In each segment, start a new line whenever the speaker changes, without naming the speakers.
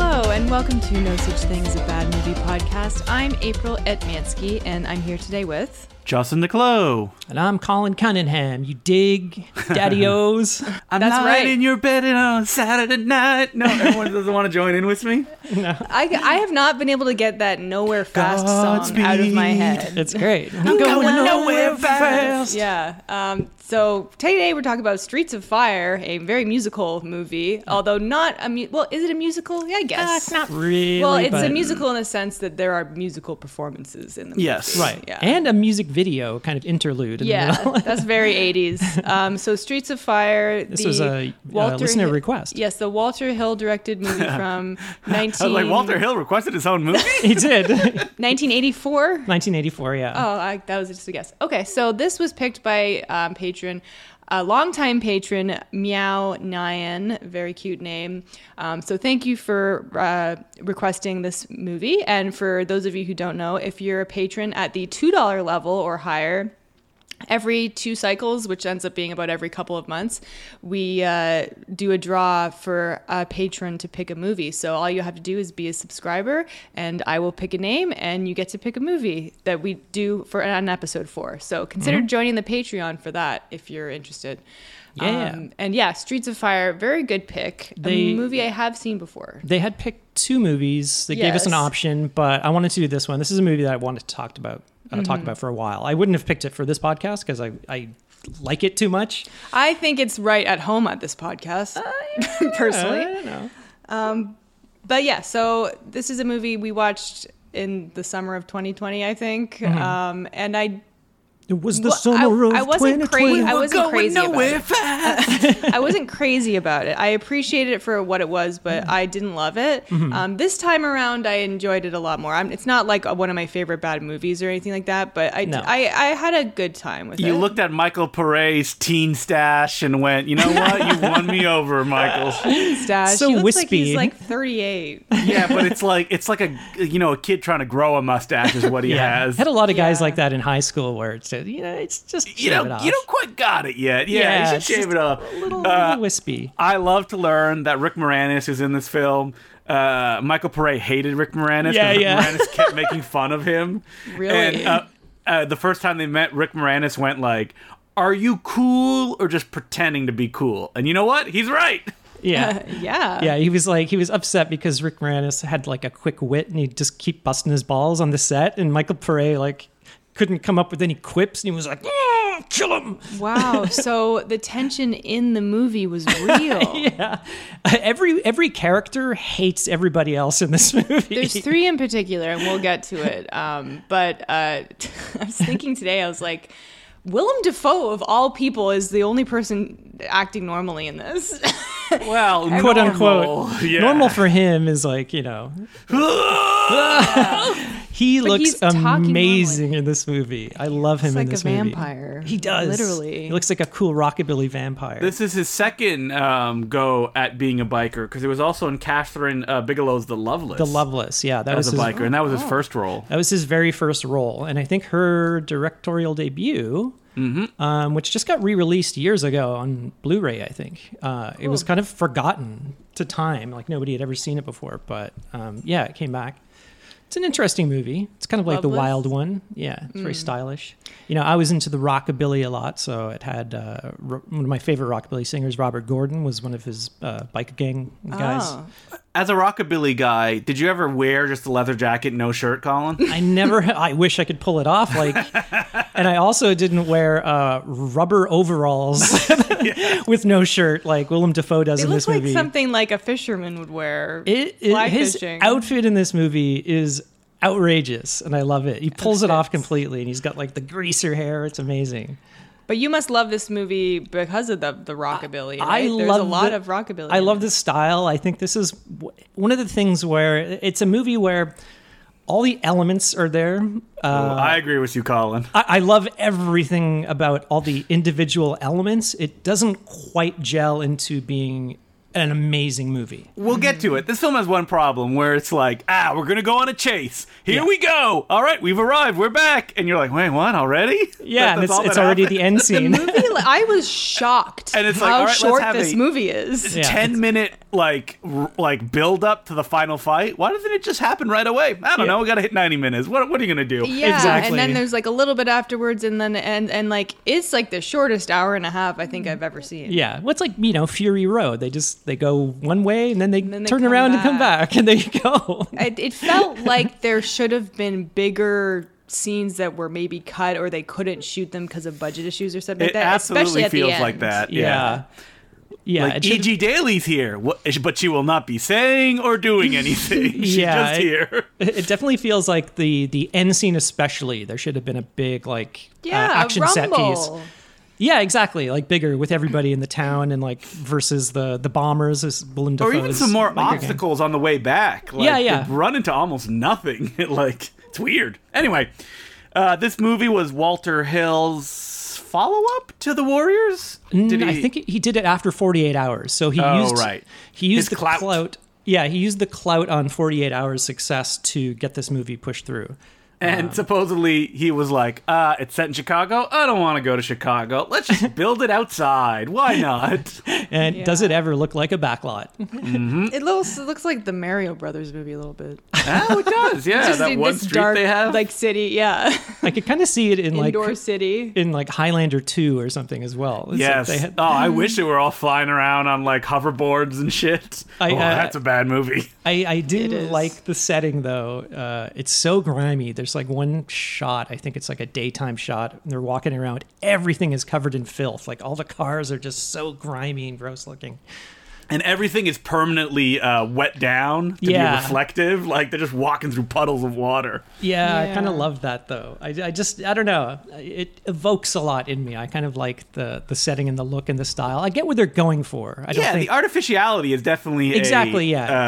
welcome to No Such Thing as a Bad Movie podcast. I'm April Etmansky, and I'm here today with.
Justin DeClo.
And I'm Colin Cunningham. You dig, Daddy O's.
I'm
That's
lying
right.
in your bed and on Saturday night. No, everyone doesn't want to join in with me.
I, I have not been able to get that nowhere fast song out of my
Godspeed.
head.
It's great.
going nowhere fast.
Yeah. Um, so today we're talking about Streets of Fire, a very musical movie, although not a mu- well. Is it a musical? Yeah, I guess.
That's Uh, not really.
well, it's a
but-
musical in the sense that there are musical performances in the movie.
Yes.
Right.
Yeah.
And a music video kind of interlude. In The middle.
Yeah, that's very 80s. Um, so Streets of Fire.
This
the
was a, uh, listener request.
Yes, the Walter Hill directed movie from 19,
I was like, Walter Hill requested his own movie?
he did.
1984.
1984, yeah.
Oh, I, that was just a guess. Okay, so this was picked by um, patron, a longtime patron, Meow Nyan, very cute name. Um, so thank you for uh, requesting this movie. And for those of you who don't know, if you're a patron at the $2 level or higher, every two cycles, which ends up being about every couple of months, we uh, do a draw for a patron to pick a movie. So all you have to do is be a subscriber, and I will pick a name, and you get to pick a movie that we do for an episode four. So consider
Mm-hmm.
joining the Patreon for that if you're interested. Um,
Yeah.
and yeah, Streets of Fire, very good pick.
They-
a movie I have seen before.
They had picked two movies. They gave us an
Yes.
option, but I wanted to do this one. This is a movie that I wanted to talk about. Uh,
Mm-hmm.
Talk about for a while. I wouldn't have picked it for this podcast because I, I like it too much.
I think it's right at home at this podcast,
Uh,
personally.
I don't know.
But yeah, so this is a movie we watched in the summer of 2020, I think. Um, and I,
It was Mm-hmm. the
Well, I-
summer of
I wasn't cra-
2020.
I
We're
wasn't
going
crazy about
nowhere
it.
fast.
I wasn't crazy about it. I appreciated it for what it was, but
Mm-hmm.
I didn't love it. Um, this time around, I enjoyed it a lot more. I'm, it's not like one of my favorite bad movies or anything like that, but I,
No.
I, I had a good time with it.
You looked at Michael Pare's teen stash and went, you know what? You won me over, Michael.
Stash.
so
he looks Like he's
wispy.
like 38.
Yeah, but it's like it's like a you know a kid trying to grow a mustache is what he has.
Had a lot of guys
Yeah.
like that in high school where it's uh, you know it's just
you
shave it
don't
off.
you don't quite got it yet. Yeah,
Yeah,
you
it's
should shave
just
it up.
a little,
Uh,
little wispy.
I love to learn that Rick Moranis is in this film. Uh, Michael Pare hated Rick Moranis. 'cause
Yeah,
Rick
yeah.
Moranis kept making fun of him.
Really?
And, uh, uh, the first time they met, Rick Moranis went like, "Are you cool or just pretending to be cool?" And you know what? He's right.
Yeah.
yeah.
Yeah, he was like he was upset because Rick Moranis had like a quick wit and he'd just keep busting his balls on the set and Michael Pare like couldn't come up with any quips and he was like, "Oh, kill him.
Wow. So the tension in the movie was real.
Yeah. Every every character hates everybody else in this movie.
There's three in particular, and we'll get to it. Um, but uh, I was thinking today, I was like, Willem Dafoe, of all people, is the only person acting normally in this.
Well,
quote unquote
Yeah.
normal for him is like, you know, he
But he's
looks
talking normally.
amazing in this movie. I love
He's
him in
like
this
a
movie.
vampire,
He does.
literally.
He looks like a cool rockabilly vampire.
This is his second um, go at being a biker because it was also in Catherine uh, Bigelow's The Loveless.
the Loveless, Oh. yeah, that
as
was
a
his,
biker, and that was his first role.
That was his very first role, and I think her directorial debut,
Mm-hmm.
um, which just got re-released years ago on Blu-ray, I think. Uh, It
Oh.
was kind of forgotten to time, like nobody had ever seen it before. But um, yeah, it came back. It's an interesting movie. It's kind of like
Loveless? Hmm.
the Wild One. Yeah, it's very stylish. You know, I was into the rockabilly a lot, so it had uh, ro- one of my favorite rockabilly singers, Robert Gordon, was one of his uh, biker gang guys.
Oh.
As a rockabilly guy, did you ever wear just a leather jacket, no shirt, Colin?
I never. I wish I could pull it off. Like, and I also didn't wear uh, rubber overalls with no shirt, like Willem Dafoe does
It
in
looks
this
like
movie.
something like a fisherman would wear.
it, it-
fly
his
fishing.
outfit in this movie is outrageous, and I love it. He pulls it off completely, and he's got like the greaser hair. It's amazing.
But you must love this movie because of the the rockabilly.
I
right? There's
love
a lot
the-
of rockabilly.
I
in
love
it.
this style. I think this is w- one of the things where it's a movie where all the elements are there. Uh,
I agree with you, Colin.
I, I love everything about all the individual elements. It doesn't quite gel into being an amazing movie.
We'll get to it. This film has one problem where it's like, ah, we're gonna go on a chase. Here
Yeah.
we go. All right, we've arrived. We're back, and you're like, wait, what? Already?
Yeah,
That- that's
and it's,
all
it's
that
already
happened?
the end
The
scene.
movie, I was shocked
And it's like,
how
all right, let's
short
have
this
a-
movie is.
Yeah.
ten minute like r- like build up to the final fight. Why doesn't it just happen right away? I don't
Yeah.
know. We got to hit 90 minutes. What what are you going to do?
Yeah,
Exactly.
and then there's like a little bit afterwards, and then and and like it's like the shortest hour and a half I think I've ever seen.
Yeah, what's like you know Fury Road? They just they go one way and then they
then they
turn
come
around and come
back.
back, and there you go.
It, it felt like there should have been bigger scenes that were maybe cut or they couldn't shoot them because of budget issues or something
It
like that. especially
absolutely
at the
feels
end.
like that.
yeah, yeah.
Like
it
E
should've-
E.G. Daly's here, wha- but she will not be saying or doing anything. She's
Yeah,
just
it-
here.
It definitely feels like the the end scene, especially. There should have been a big like uh,
Yeah,
action set piece.
Rumble.
Yeah, exactly. Like bigger with everybody in the town and like versus the the bombers as Willem
Or even
Dafoe's
some more
biker gang.
obstacles on the way back. Like,
Yeah, yeah.
they Run into almost nothing. like it's weird. Anyway, uh, this movie was Walter Hill's follow up to The Warriors. Did
Mm, I
he-
think he did it after 48 hours. So he
Oh,
used
right.
he
His
used the
clout.
clout. Yeah, he used the clout on 48 hours success to get this movie pushed through. uh,
And supposedly he was like, uh, it's set in Chicago. I don't want to go to Chicago. Let's just build it outside. Why not?
And does
Yeah.
it ever look like a backlot?
It looks it looks like the Mario Brothers movie a little bit.
oh, it does. Yeah,
Just
that
in
one
this
street
dark,
they have.
like city, yeah,
I could kind of see it in like
indoor city.
in like Highlander 2 or something as well. It's like
yes.
they had-
oh, I wish they were all flying around on like hoverboards and shit.
I,
oh,
uh,
that's a bad movie.
I, I
It
do
is.
like the setting though. Uh, it's so grimy. There's like one shot. I think it's like a daytime shot. And they're walking around. Everything is covered in filth. Like all the cars are just so grimy and gross looking.
and everything is permanently uh, wet down to be
Yeah.
reflective. Like they're just walking through puddles of water.
Yeah, I kind
Yeah.
of love that though. I, I just I don't know. It evokes a lot in me. I kind of like the the setting and the look and the style. I get what they're going for. I don't
Yeah,
think
the artificiality is definitely a,
Exactly, yeah.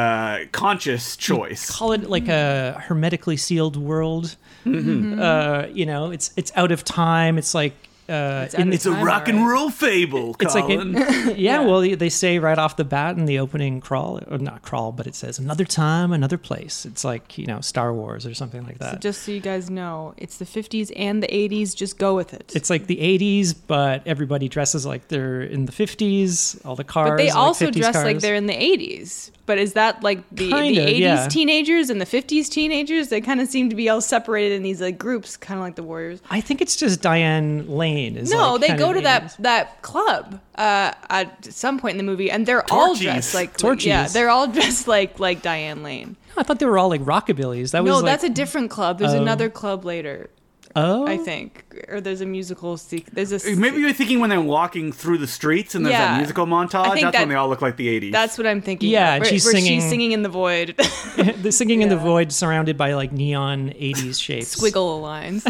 uh, conscious choice.
call it like a hermetically sealed world.
Mm-hmm.
Uh, you know, it's it's out of time. It's like uh,
It's out of
in the
It's a
Time
rock and
alright.
roll fable.
It's like
Colin.
it, yeah, Well, they say right off the bat in the opening crawl, or not crawl, but it says another time, another place. It's like you know Star Wars or something like
So
that.
just so you guys know, it's the 50s and the 80s. Just go with it.
it's like the '80s, but everybody dresses like they're in the '50s. All the cars,
but they
are,
also
like 50s
dress like
cars.
they're in the 80s. But is that like the,
Kinda,
the 80s
yeah.
teenagers and the 50s teenagers? They kind of seem to be all separated in these like groups, kind of like the Warriors.
I think it's just Diane Lane. Is
No,
like
they
kind
go
of
to that
80s.
that club uh, at some point in the movie, and they're all
Torchies.
dressed like yeah,
Torchies.
they're all dressed like like Diane Lane.
I thought they were all like rockabillys. That
No,
was
that's a
like,
different club. There's
Oh.
another club later,
oh,
I think, or there's a musical. Se- there's a
Maybe you're thinking when they're walking through the streets and there's that
Yeah.
musical montage.
I
That's
think
when
that-
they all look like the 80s.
That's what I'm thinking.
Yeah,
of,
and she's
where
singing-
She's singing in the void,
the singing in the
Yeah.
void, surrounded by like neon '80s shapes.
squiggle lines.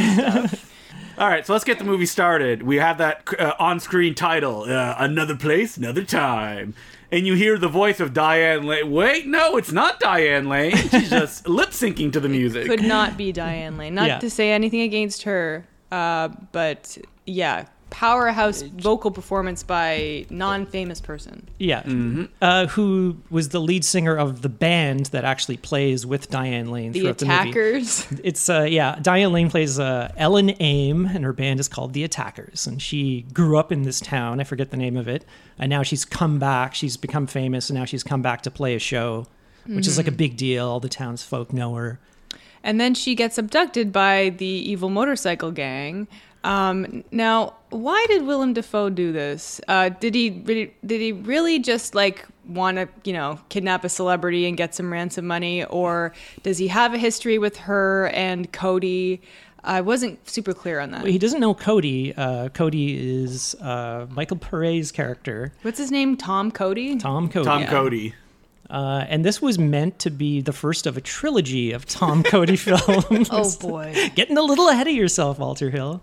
all right, so let's get the movie started. We have that uh, on-screen title, uh, "Another Place, Another Time," and you hear the voice of Diane Lane. Wait, no, it's not Diane Lane. She's just lip syncing to the music.
Could not be Diane Lane. Not
Yeah.
to say anything against her, uh, but yeah, powerhouse vocal performance by non-famous person.
Yeah. Uh, who was the lead singer of the band that actually plays with Diane Lane
The
throughout the movie.
attackers.
It's uh yeah, Diane Lane plays uh Ellen Aim and her band is called The Attackers and she grew up in this town, I forget the name of it. And now she's come back, she's become famous and now she's come back to play a show, which is like a big deal. All the townsfolk know her.
And then she gets abducted by the evil motorcycle gang. Um, now, why did Willem Dafoe do this? Uh, did he did he really just like want to you know kidnap a celebrity and get some ransom money, or does he have a history with her and Cody? I wasn't super clear on that.
He doesn't know Cody. Uh, Cody is uh, Michael Perret's character,
What's his name? Tom Cody.
Tom Cody.
Tom Cody.
Uh, and this was meant to be the first of a trilogy of Tom Cody films.
Oh boy,
Getting a little ahead of yourself, Walter Hill.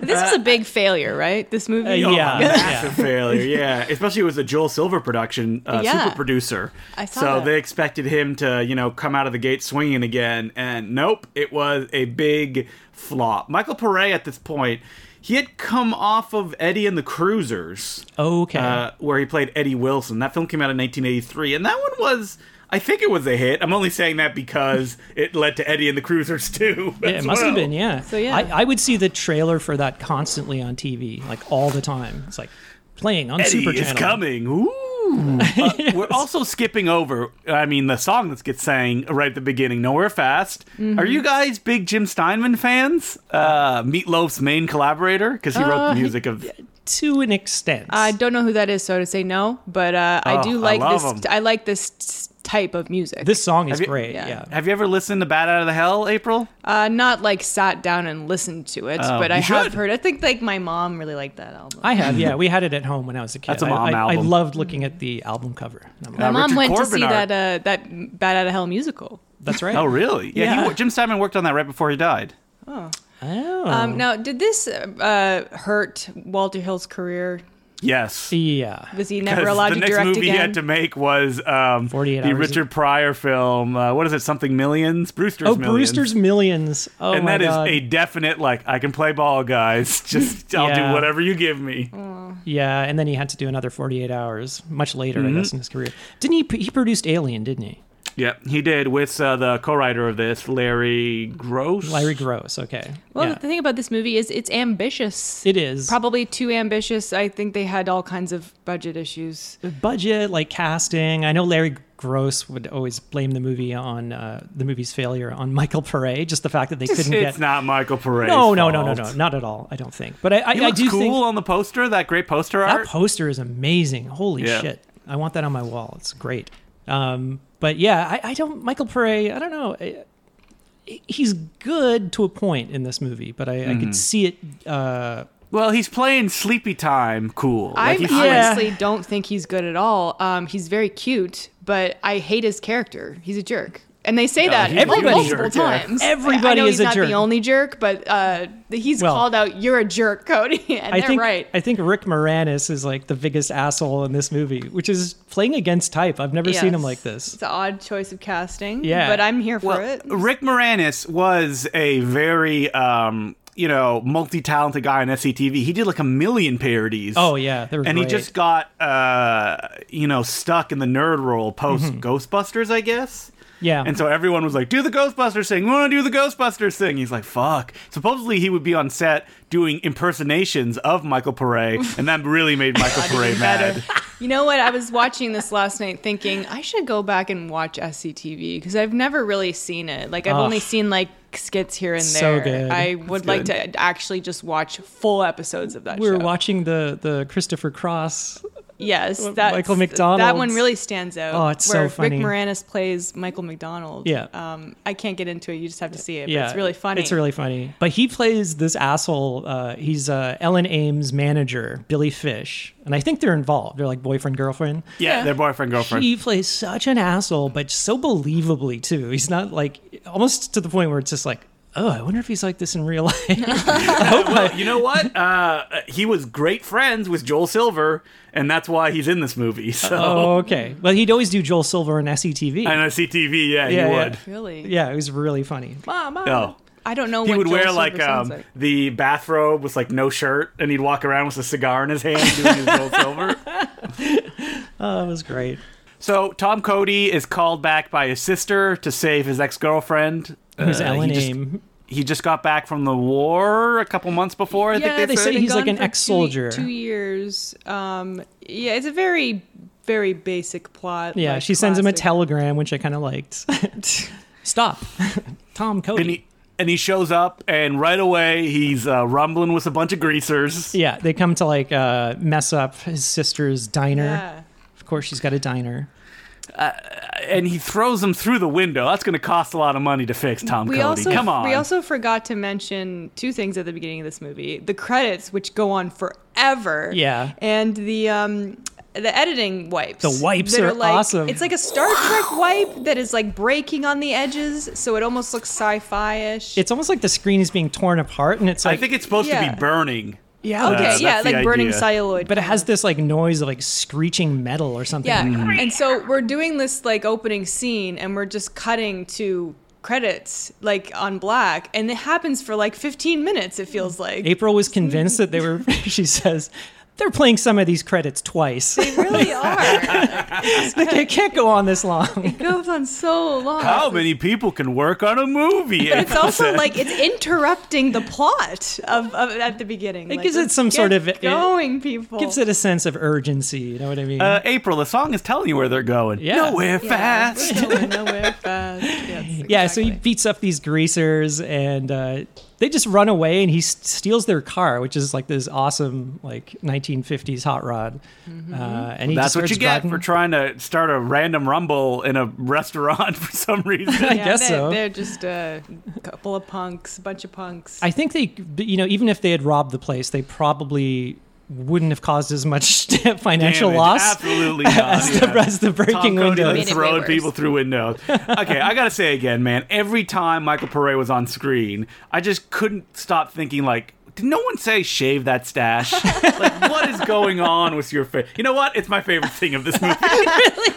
this was a big failure, right? This movie.
Uh,
Oh,
yeah.
massive failure. Yeah, especially it was a Joel Silver production, uh,
Yeah.
super producer.
I saw
so
that.
they expected him to, you know, come out of the gate swinging again, and nope, it was a big flop. Michael Pare at this point, he had come off of Eddie and the Cruisers,
Okay.
uh, where he played Eddie Wilson. That film came out in 1983, and that one was. I think it was a hit. I'm only saying that because it led to Eddie and the Cruisers too.
Yeah, it
as
must have
well.
been, yeah.
So, yeah.
I, I would see the trailer for that constantly on TV, like all the time. It's like playing on
Eddie
Super
is
Channel.
coming. Ooh. Uh, We're also skipping over, I mean, the song that gets sang right at the beginning, Nowhere Fast.
Mm-hmm.
Are you guys big Jim Steinman fans? Uh, Meatloaf's main collaborator? Because he wrote
Uh,
the music of.
to an extent.
I don't know who that is, so to say no. But uh,
Oh,
I do
I
like
love
this.
'em.
I like this s- type of music.
this song is
Have you-
great.
Yeah.
Yeah.
Have you ever listened to Bad Out of the Hell, April?
uh, not like sat down and listened to it,
Oh,
but I
you
have
should.
heard. I think like my mom really liked that album.
I have, yeah. We had it at home when I was a kid.
That's a
I-
mom
I, I,
album.
loved looking at the album cover. I'm
my
like,
Uh,
mom
Richard
went to
Corbin
see
art.
that uh, that Bad Out of Hell musical.
That's right.
Oh, really? Yeah, he
Yeah.
wo- Jim Steinman worked on that right before he died.
Oh.
Um, now, did this uh, hurt Walter Hill's career?
Yes.
yeah.
Was he
'Cause
never allowed
the
to
next
direct
movie
again?
he had to make was um,
48
the
hours.
Richard Pryor film. Uh, what is it? Something Millions? Brewster's
Oh,
Millions.
Brewster's Millions. Oh,
and
my
that is
God.
a definite like I can play ball, guys. Just I'll
Yeah.
do whatever you give me.
Yeah, and then he had to do another 48 hours, much later, I
Mm-hmm.
guess, in his career. Didn't he? He produced Alien, didn't he?
Yep, he did with uh, the co-writer of this, Larry Gross.
Larry Gross. Okay.
well,
yeah.
the thing about this movie is it's ambitious.
it is
Probably too ambitious. I think they had all kinds of budget issues.
The budget, like casting. I know Larry Gross would always blame the movie on uh, the movie's failure on Michael Pare, just the fact that they
It's
couldn't get.
not Michael Paray's
no, no, no, no, no,
fault.
not at all. I don't think. But I, I,
He
I
looks
do
cool
think
on the poster. That great poster
that
art.
poster is amazing. Holy
Yeah.
shit! I want that on my wall. It's great. Um, but yeah, I, I don't. Michael Pare. I don't know. I, he's good to a point in this movie, but I, I
Mm.
could see it. Uh,
well, he's playing Sleepy Time. Cool. Like,
I
he's-
Yeah.
honestly don't think he's good at all. Um, he's very cute, but I hate his character. He's a jerk, and they say that
he's
like,
everybody's a
multiple
jerk, yeah.
times.
Everybody
I, I know
is
he's
a
not
jerk.
the only jerk, but uh, he's
Well,
called out. You're a jerk, Cody, and
I
they're
think
right.
I think Rick Moranis is like the biggest asshole in this movie, which is playing against type. I've never seen him
Yes.
like this.
It's an odd choice of casting.
Yeah.
but I'm here for
well,
it.
Rick Moranis was a very um, you know multi-talented guy on SCTV. He did like a million parodies.
Oh yeah, they were
and he
great.
just got uh you know stuck in the nerd role post ghostbusters i guess
Mm-hmm. yeah.
and so everyone was like do the ghostbusters thing we want to do the ghostbusters thing he's like fuck supposedly he would be on set doing impersonations of michael Pare, and that really made michael Pare mad
You know what? I was watching this last night thinking I should go back and watch SCTV because I've never really seen it. Like I've
Ugh.
only seen like skits here and
So
there.
good.
I would like to actually just watch full episodes of that
we were
show.
watching the the Christopher Cross.
yes, that's,
Michael
That one
McDonald's.
really stands out.
Oh, it's so
where
funny.
Rick Moranis plays Michael McDonald.
Yeah.
Um, I can't get into it. You just have to see it.
Yeah,
But it's really funny.
It's really funny. But he plays this asshole. Uh, he's uh, Ellen Ames' manager, Billy Fish, and I think they're involved. They're like boyfriend girlfriend.
yeah,
Yeah.
their boyfriend girlfriend
He plays such an asshole, but so believably too. He's not like almost to the point where it's just like, oh, I wonder if he's like this in real life.
well, you know what? Uh, he was great friends with Joel Silver, and that's why he's in this movie. So,
oh, okay. Well, he'd always do Joel Silver and SETV.
and on CTV, yeah,
Yeah,
he
yeah.
would.
Really?
Yeah, it was really funny.
Mom, Mom.
No.
I don't know
he
what
would
Joel
wear
Silver
like
sounds
um, the bathrobe with like no shirt, and he'd walk around with a cigar in his hand doing his gold silver.
Oh, it was great.
So Tom Cody is called back by his sister to save his ex girlfriend.
Who's Ellen
Uh, he just,
Aim?
He just got back from the war a couple months before. I
yeah,
think they,
they
said.
say he's
gone
like an
for two-
ex-soldier.
Two, years. Um, yeah, it's a very, very basic plot.
Yeah,
like
she sends him a
classic.
telegram, which I kind of liked. Stop, Tom Cody.
and he and he shows up, and right away he's uh, rumbling with a bunch of greasers.
yeah, they come to like uh, mess up his sister's diner.
Yeah.
Of course, she's got a diner.
and he throws them through the window. That's going to cost a lot of money to fix, Tom
We
Cody.
also
Come on.
we also forgot to mention two things at the beginning of this movie: the credits, which go on forever.
Yeah.
and the um. The editing wipes.
The wipes
that
are
like,
awesome.
It's like a Star Trek wipe that is like breaking on the edges, so it almost looks sci-fi ish.
It's almost like the screen is being torn apart, and it's
I
like,
think it's supposed to
Yeah.
be burning.
yeah,
okay,
that's
yeah,
the
like burning
idea.
celluloid.
but it has this like noise of like screeching metal or something.
Yeah.
Mm-hmm.
And so we're doing this like opening scene and we're just cutting to credits like on black and it happens for like 15 minutes it feels like.
April was convinced that they were. She says they're playing some of these credits twice.
They
Oh,
really are.
it can't go on this long.
It goes on so long.
How many people can work on a movie?
But it's also like it's interrupting the plot of, of at the beginning. It
gives it some sort of- it
going people.
Gives it a sense of urgency. You know what I mean?
uh, April, the song is telling you where they're going.
Yeah.
Nowhere
Yeah,
fast.
we're going nowhere fast. Yes,
Yeah, so he
exactly.
beats up these greasers and uh, they just run away and he s- steals their car, which is like this awesome like 1950s hot rod.
Mm-hmm.
Uh, and he
That's
just
what
starts
you get
driving-
for trying to start a random rumble in a restaurant for some reason.
I guess
they,
so.
They're just a couple of punks, bunch of punks.
I think they, you know, even if they had robbed the place, they probably wouldn't have caused as much financial
Damage.
loss
Absolutely not.
as the,
yeah.
as the breaking
Tom Cody
windows.
was
Made it way
throwing
worse.
people through windows. Okay, I gotta say again, man. Every time Michael Pare was on screen, I just couldn't stop thinking like. Did no one say shave that stash? like, what is going on with your face? You know what? It's my favorite thing of this movie.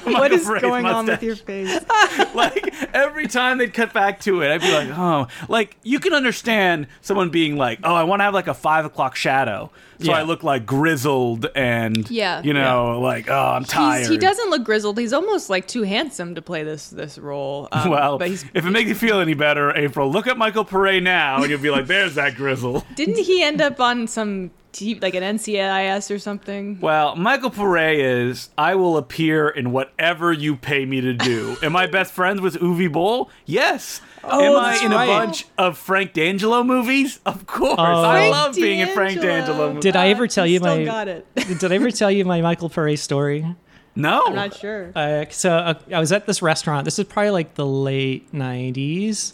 what is
Bray's
going on
mustache.
with your face?
like every time they'd cut back to it, I'd be like, oh, like you can understand someone being like, oh, I want to have like a five o'clock shadow, so
Yeah.
I look like grizzled and
Yeah.
you know, like oh, I'm tired.
He's, he doesn't look grizzled. He's almost like too handsome to play this this role. Um,
Well,
but he's,
if it makes you feel any better, April, look at Michael Pare now, and you'll be like, "There's that grizzle."
didn't he end up on some t- like an NCIS or something?
Well, Michael Pare is, I will appear in whatever you pay me to do. Am I best friends with Uwe Boll? Yes. Am I
Oh, that's
in a
right.
bunch of Frank D'Angelo movies? Of course. I
Frank
love being in Frank D'Angelo movies.
Oh. Did I ever
Ah,
tell
he
you
still
my-
Got it.
Did I ever tell you my Michael Pere story?
No.
I'm not sure.
Uh, so uh, I was at this restaurant. This is probably like the late 90s,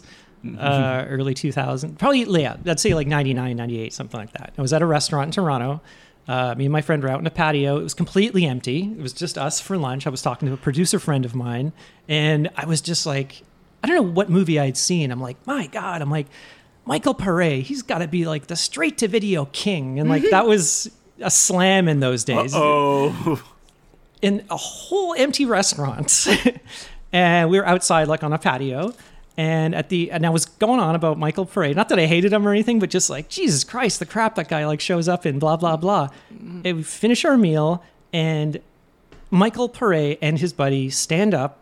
uh, early 2000. Probably, yeah, let's say like 99, 98, something like that. I was at a restaurant in Toronto. Uh, me and my friend were out in a patio. It was completely empty. It was just us for lunch. I was talking to a producer friend of mine, and I was just like, I don't know what movie I'd seen. I'm like, my God. I'm like, Michael Pare, he's got to be like the straight to video king. And like, that was a slam in those days
Oh.
in a whole empty restaurant and we were outside like on a patio and at the and I was going on about Michael Parade. Not that I hated him or anything, but just like Jesus Christ, the crap that guy like shows up in blah blah blah.
Mm-hmm.
And we finish our meal and Michael Paré and his buddy stand up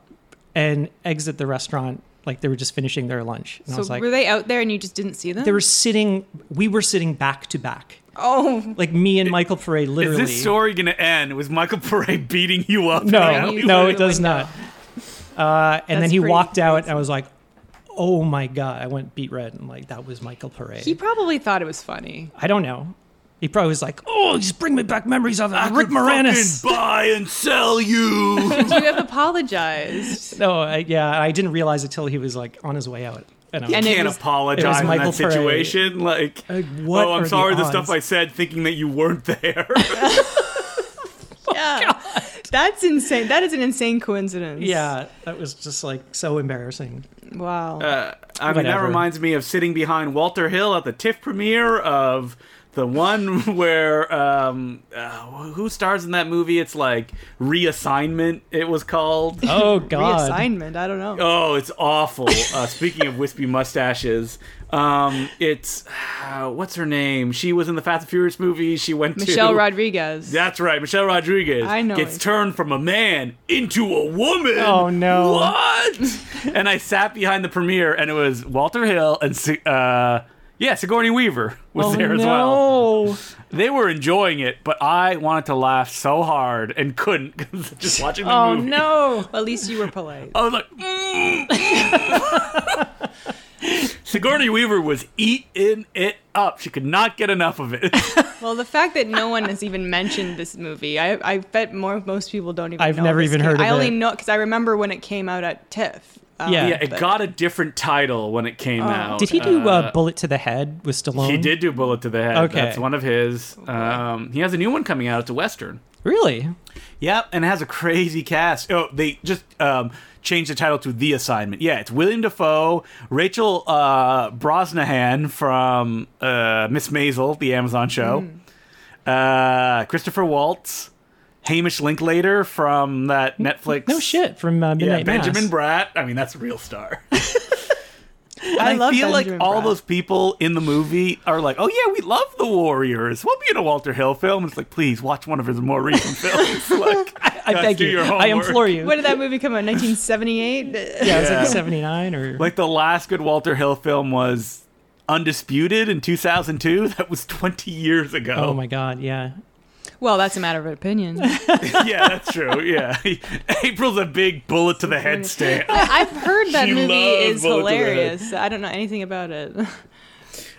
and exit the restaurant like they were just finishing their lunch. And I
So
was like
were they out there and you just didn't see them?
they were sitting we were sitting back to back.
oh,
Like me and Michael Paré
Is
literally
this story going to end with Michael Pare beating you up?
no,
Yeah,
now?
you
no,
threw
it
the
does
window.
not. Uh, and then
That's
he
pretty
walked out,
crazy.
and I was like, "Oh my god!" I went beat red, and like that was Michael Parade.
he probably thought it was funny.
I don't know. He probably was like, "Oh, he's bringing me back memories of uh,
I
Rick
could
Moranis."
fucking buy and sell you.
You have apologized.
No, I, yeah, I didn't realize it till he was like on his way out, and I was,
And it
can't
was-
it was
apologize in
Michael
that
Pare.
situation. Like,
Like, what
oh,
are
I'm
the
sorry the stuff
odds?
I said, thinking that you weren't there.
Oh,
yeah. That's insane. That is an insane coincidence.
yeah, that was just like so embarrassing.
Wow.
Uh, I mean, that
Whatever.
reminds me of sitting behind Walter Hill at the TIFF premiere of the one where um, uh, who stars in that movie? It's like reassignment. It was called.
Oh god,
Reassignment. I don't know.
Oh, it's awful. Uh, speaking of wispy mustaches, um, it's uh, what's her name? She was in the Fast and Furious movie. She went
Michelle
to
Rodriguez.
That's right, Michelle Rodriguez.
I know
Gets
it.
turned from a man into a woman.
Oh, no.
What? and I sat behind the premiere, and it was Walter Hill and Si- uh, yeah, Sigourney Weaver was
Oh,
there as
no.
well. They were enjoying it, but I wanted to laugh so hard and couldn't 'cause just watching the
Oh
movie.
no!
Well, at least you were polite.
I was like, mm. Sigourney Weaver was eating it up. She could not get enough of it.
Well, the fact that no one has even mentioned this movie, I, I bet more most people don't even.
I've
know
never
this
even
came-
heard of
I only
it.
know because I remember when it came out at TIFF. Um,
Yeah.
yeah, it
but-
got a different title when it
Oh.
came out.
Did he do uh, bullet to the head with Stallone?
He did do Bullet to the Head.
Okay.
That's one of his. Um, he has a new one coming out. It's a Western.
really.
Yep, and it has a crazy cast. Oh, they just um, changed the title to The Assignment. Yeah, it's William Defoe, Rachel uh, Brosnahan from uh, Miss Maisel, the Amazon show, uh, Christopher Waltz, Hamish Linklater from that Netflix.
No shit from uh,
Yeah,
Midnight Mass.
Benjamin Bratt. I mean, that's a real star.
I
I,
love
feel like
Benjamin
all
Bratt.
those people in the movie are like, "Oh yeah, we love the Warriors. We'll be in a Walter Hill film." It's like, please watch one of his more recent films. like,
I
guys,
beg
do
you.
your
I implore
homework.
you.
When did that movie come out? 1978?
yeah, it was
Yeah.
like 79 or
like the last good Walter Hill film was Undisputed in 2002. That was 20 years ago.
Oh my god, yeah.
well, that's a matter of opinion.
yeah, that's true. Yeah, April's a big bullet to the head stand.
I've heard that
She
movie
loved
is
Bullet to the Head.
hilarious. I don't know anything about it.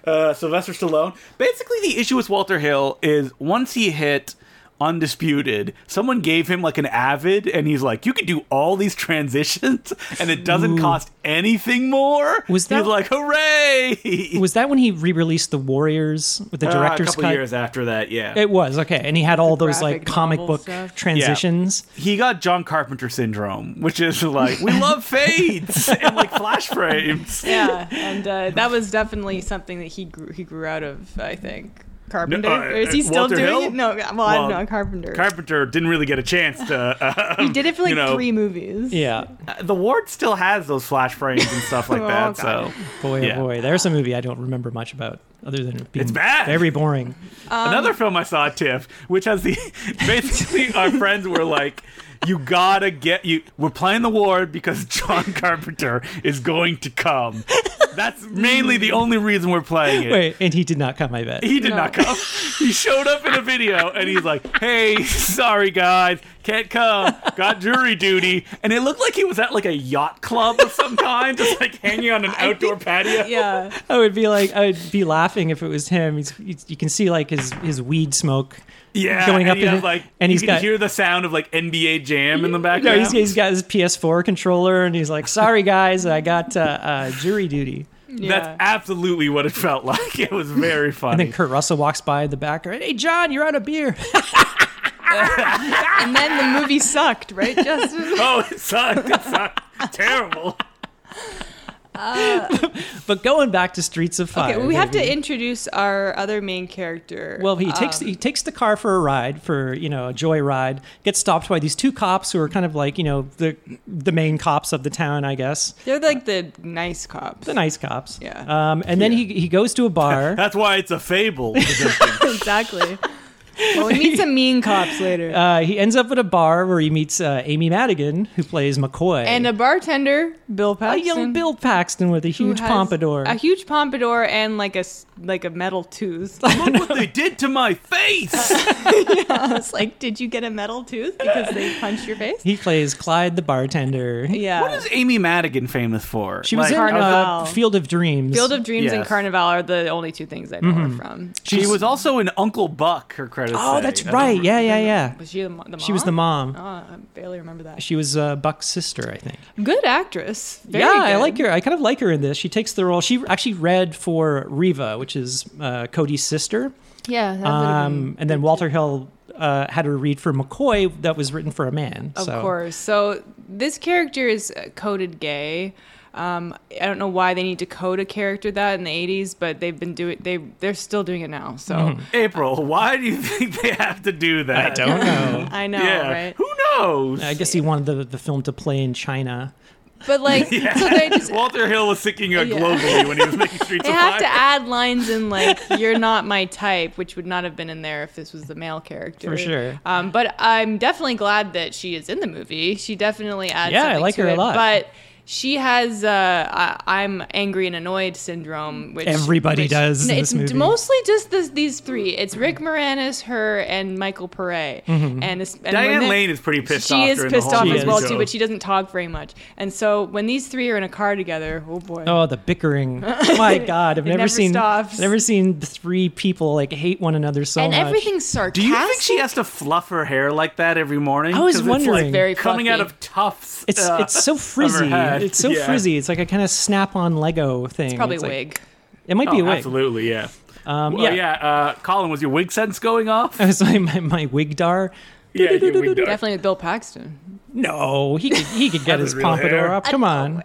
uh, Sylvester Stallone. Basically, the issue with Walter Hill is once he hit Undisputed, someone gave him like an Avid, and he's like, "You can do all these transitions, and it doesn't cost anything more."
Was
He
that-
like, "Hooray!"
Was that when he re-released The Warriors with the
Uh, a
director's
couple
cut?
years after that, yeah,
It was okay, and he had all those like
graphic
comic
novel
book
stuff.
transitions.
he got John Carpenter syndrome, which is like, we love fades and like flash frames.
Yeah, and uh, that was definitely something that he grew, he grew out of. I think Carpenter.
No, uh,
Or is he
uh,
still
Walter
doing
Hill?
it? No. Well, I
Well,
don't know. Carpenter.
Carpenter didn't really get a chance to. Uh,
he did it for like
you know,
three movies.
Yeah,
the ward still has those flash frames and stuff like
Oh, God.
that. so
boy, oh
Yeah.
boy, there's a movie I don't remember much about other than it being
It's bad.
very boring.
Another film I saw, Tiff, which has the basically our friends were like, "You gotta get you. We're playing the ward because John Carpenter is going to come." That's mainly the only reason we're playing it.
Wait, and he did not come. I bet.
He did
No.
not come. He showed up in a video and he's like, "Hey, sorry guys, can't come. Got jury duty." And it looked like he was at like a yacht club of some kind, just like hanging on an outdoor patio.
Yeah.
I would be like, I would be laughing if it was him. He's, he's you can see like his his weed smoke.
Yeah,
going up
and he
in
has,
it,
like,
and
you
he's
can
got-
hear the sound of like NBA Jam in the
No,
background.
he's, he's got his PS4 controller, and he's like, "Sorry guys, I got uh, uh, jury duty."
Yeah.
That's absolutely what it felt like. It was very
And
funny.
then Kurt Russell walks by in the background. Hey John, you're out of beer.
and then the movie sucked, right, Justin?
oh, it sucked. It sucked. Terrible.
but going back to Streets of Fire.
Okay, well, we have
baby.
to introduce our other main character.
Well, he takes
Um,
he takes the car for a ride for you know a joyride. Gets stopped by these two cops who are kind of like you know the the main cops of the town, I guess,
They're like the nice cops.
the nice cops.
Yeah.
Um, and then he he goes to a bar.
That's why it's a fable.
exactly. Well, we meet some mean cops later.
Uh, he ends up at a bar where he meets uh, Amy Madigan, who plays McCoy,
and a bartender, Bill
a
Paxton.
young Bill Paxton with a
who
huge
has
pompadour.
A huge pompadour and like a s- like a metal tooth.
Look what they did to my face.
it's like, did you get a metal tooth because they punched your face?
he plays Clyde the bartender.
Yeah.
what is Amy Madigan famous for?
She was
Like,
in uh,
Carnival.
Field of Dreams.
Field of Dreams and
Yes.
Carnival are the only two things I know
Mm-hmm.
her from.
she was also in Uncle Buck. Her credits.
oh,
say.
that's
I
right.
don't-
Yeah, yeah, yeah.
Was she the, mo- the mom?
She was the mom.
Oh, I barely remember that.
She was uh, Buck's sister, I think.
Good actress. Very
yeah, I
good.
like her. I kind of like her in this. She takes the role. She actually read for Reva, which is uh, Cody's sister.
Yeah. That um,
Um, and then Walter Hill uh, had her read for McCoy, that was written for a man.
of
so.
course. So this character is uh, coded gay. Um, I don't know why they need to code a character that in the 80s, but they've been doing they they're still doing it now. So
Mm-hmm.
April, why do you think they have to do that?
I don't know.
I know,
Yeah.
right?
Who knows?
I guess he wanted the, the film to play in China.
But like, so they just
Walter Hill was thinking uh,
Yeah.
globally when he was making Streets
They
of
have to
Fire.
add lines in like "You're not my type," which would not have been in there if this was the male character.
For sure.
Um, but I'm definitely glad that she is in the movie. She definitely adds.
Yeah, I
something
like
to
her a
it,
lot.
But she has uh, I, I'm angry and annoyed syndrome, which
Everybody
which-
does in
it's
this movie.
mostly just this, these three. It's Rick Moranis, her, and Michael Pere.
Mm-hmm.
And, it's- and when
Diane
they-
Lane is pretty pissed off.
she is
during the
pissed
whole
off
She
as
movie,
well
is.
too, but she doesn't talk very much. And so when these three are in a car together, oh boy.
Oh, the bickering! My God, I've
It
never,
never
seen
stops.
never seen three people like hate one another so
and
much.
everything's sarcastic.
Do you think she has to fluff her hair like that every morning?
I was
'Cause it's,
wondering.
like,
Very
coming out
fluffy.
of tufts.
it's
uh,
it's so frizzy.
head.
It's so
Yeah.
frizzy. It's like a kind of snap-on Lego thing. It's
probably
like-
wig?
It might be a
Oh,
wig.
Absolutely, yeah.
Um,
Well,
yeah.
yeah. Uh, Colin, was your wig sense going off?
I was like my, my wigdar.
yeah, your wig does.
Definitely with Bill Paxton.
No, he could, he could get his
real
pompadour
hair.
up. Come on.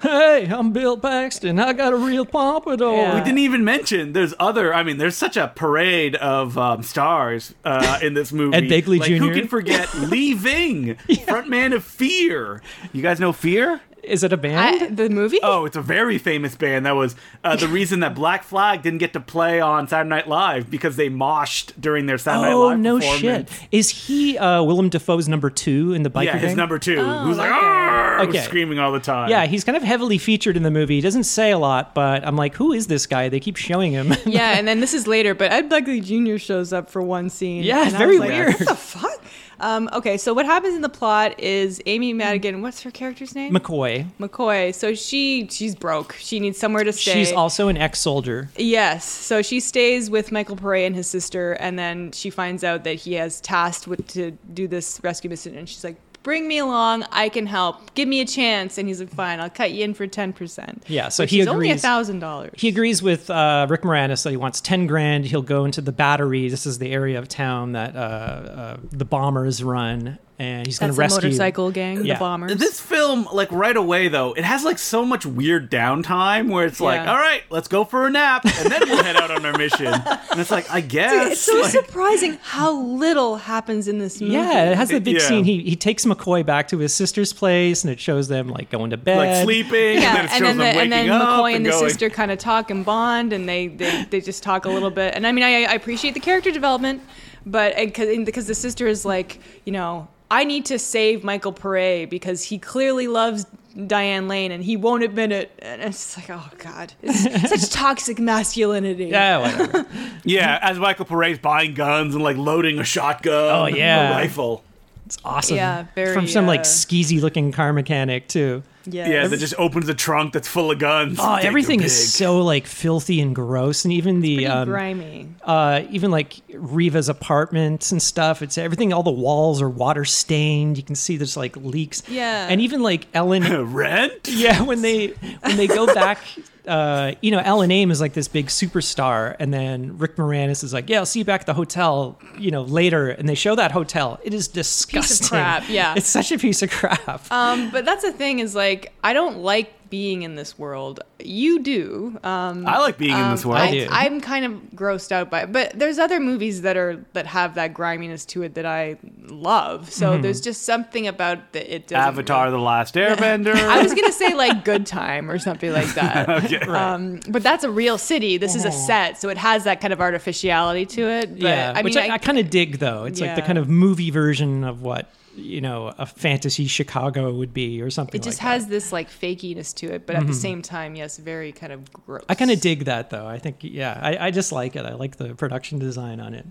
Hey, I'm Bill Paxton. I got a real pompadour.
Yeah.
We didn't even mention there's other. I mean, there's such a parade of um, stars uh, in this movie.
Ed Begley
like, Who
Jr..
can forget Lee Ving, frontman of Fear? You guys know Fear?
Is it a band?
I, the movie?
Oh, it's a very famous band. That was uh, the reason that Black Flag didn't get to play on Saturday Night Live because they moshed during their Saturday Night
oh
Live
no shit!
performance.
Is he uh, Willem Dafoe's number two in the biker
Yeah, his
gang?
number two, who's like
okay.
"Arr!"
Okay.
screaming all the time.
Yeah, he's kind of heavily featured in the movie. He doesn't say a lot, but I'm like, who is this guy? They keep showing him.
Yeah, and then this is later, but Ed Begley Jr. shows up for one scene.
Yeah,
and I
very
was like,
weird.
What the fuck? Um, okay, so what happens in the plot is Amy Madigan. What's her character's name?
McCoy.
McCoy. So she she's broke. She needs somewhere to stay.
She's also an ex-soldier.
Yes. So she stays with Michael Pare and his sister, and then she finds out that he has tasked with to do this rescue mission, and she's like, "Bring me along. I can help. Give me a chance." And he's like, "Fine. I'll cut you in for ten percent."
Yeah, so
which
he
is only a
agrees.
thousand dollars.
He agrees with uh, Rick Moranis that he wants ten grand. He'll go into the battery. This is the area of town that uh, uh, the bombers run, and he's going
That's
to
the
rescue.
motorcycle gang,
Yeah.
the bombers.
This film, like right away though, it has like so much weird downtime where it's like,
Yeah.
all right, let's go for a nap, and then we'll head out on our mission. And it's like, I guess.
It's so
like-
surprising how little happens in this movie.
Yeah, it has the
It-
big
yeah.
scene. He he takes McCoy back to his sister's place, and it shows them like going to bed,
like sleeping,
Yeah,
and then it shows them waking
and then
up
McCoy and, the
going,
sister kind of talk and bond, and they, they, they just talk a little bit. And I mean, I, I appreciate the character development, but and 'cause- and because the sister is like, you know, I need to save Michael Pere because he clearly loves Diane Lane and he won't admit it. And it's like, oh god, it's such toxic masculinity.
Yeah, whatever.
Yeah, as Michael Pare's buying guns and like loading a shotgun,
Oh,
and
yeah.
a rifle.
It's awesome.
Yeah, very,
From some like
uh,
skeezy looking car mechanic too.
Yes.
Yeah, that just opens a trunk that's full of guns.
Oh,
Take your
everything
pick.
is so like filthy and gross, and even the
pretty
um,
grimy.
uh, even like Riva's apartment and stuff. It's everything. All the walls are water stained. You can see there's like leaks.
Yeah.
and even like Ellen.
rent.
yeah, when they when they go back. Uh, you know, Alan Aim is like this big superstar, and then Rick Moranis is like, "Yeah, I'll see you back at the hotel." You know, later, and they show that hotel. It is disgusting.
crap, yeah.
it's such a piece of crap.
Um, but that's the thing is like I don't like being in this world. You do. Um,
I like being in this world.
I do.
am kind of grossed out by it, but there's other movies that are that have that griminess to it that I love. So
Mm-hmm.
there's just something about that it doesn't.
Avatar: The Last Airbender.
I was gonna say like Good Time or something like that. um, but that's a real city. This is a set, so it has that kind of artificiality to it. But
Oh. yeah,
I mean,
which I, I, kind of dig though. It's like the
Yeah.
kind of movie version of what you know a fantasy Chicago would be or something.
it just
like that. Mm-hmm.
has this like fakiness to it, but at the same time, yes, very kind of gross.
I kind of dig that though. I think yeah, I, I just like it. I like the production design on it.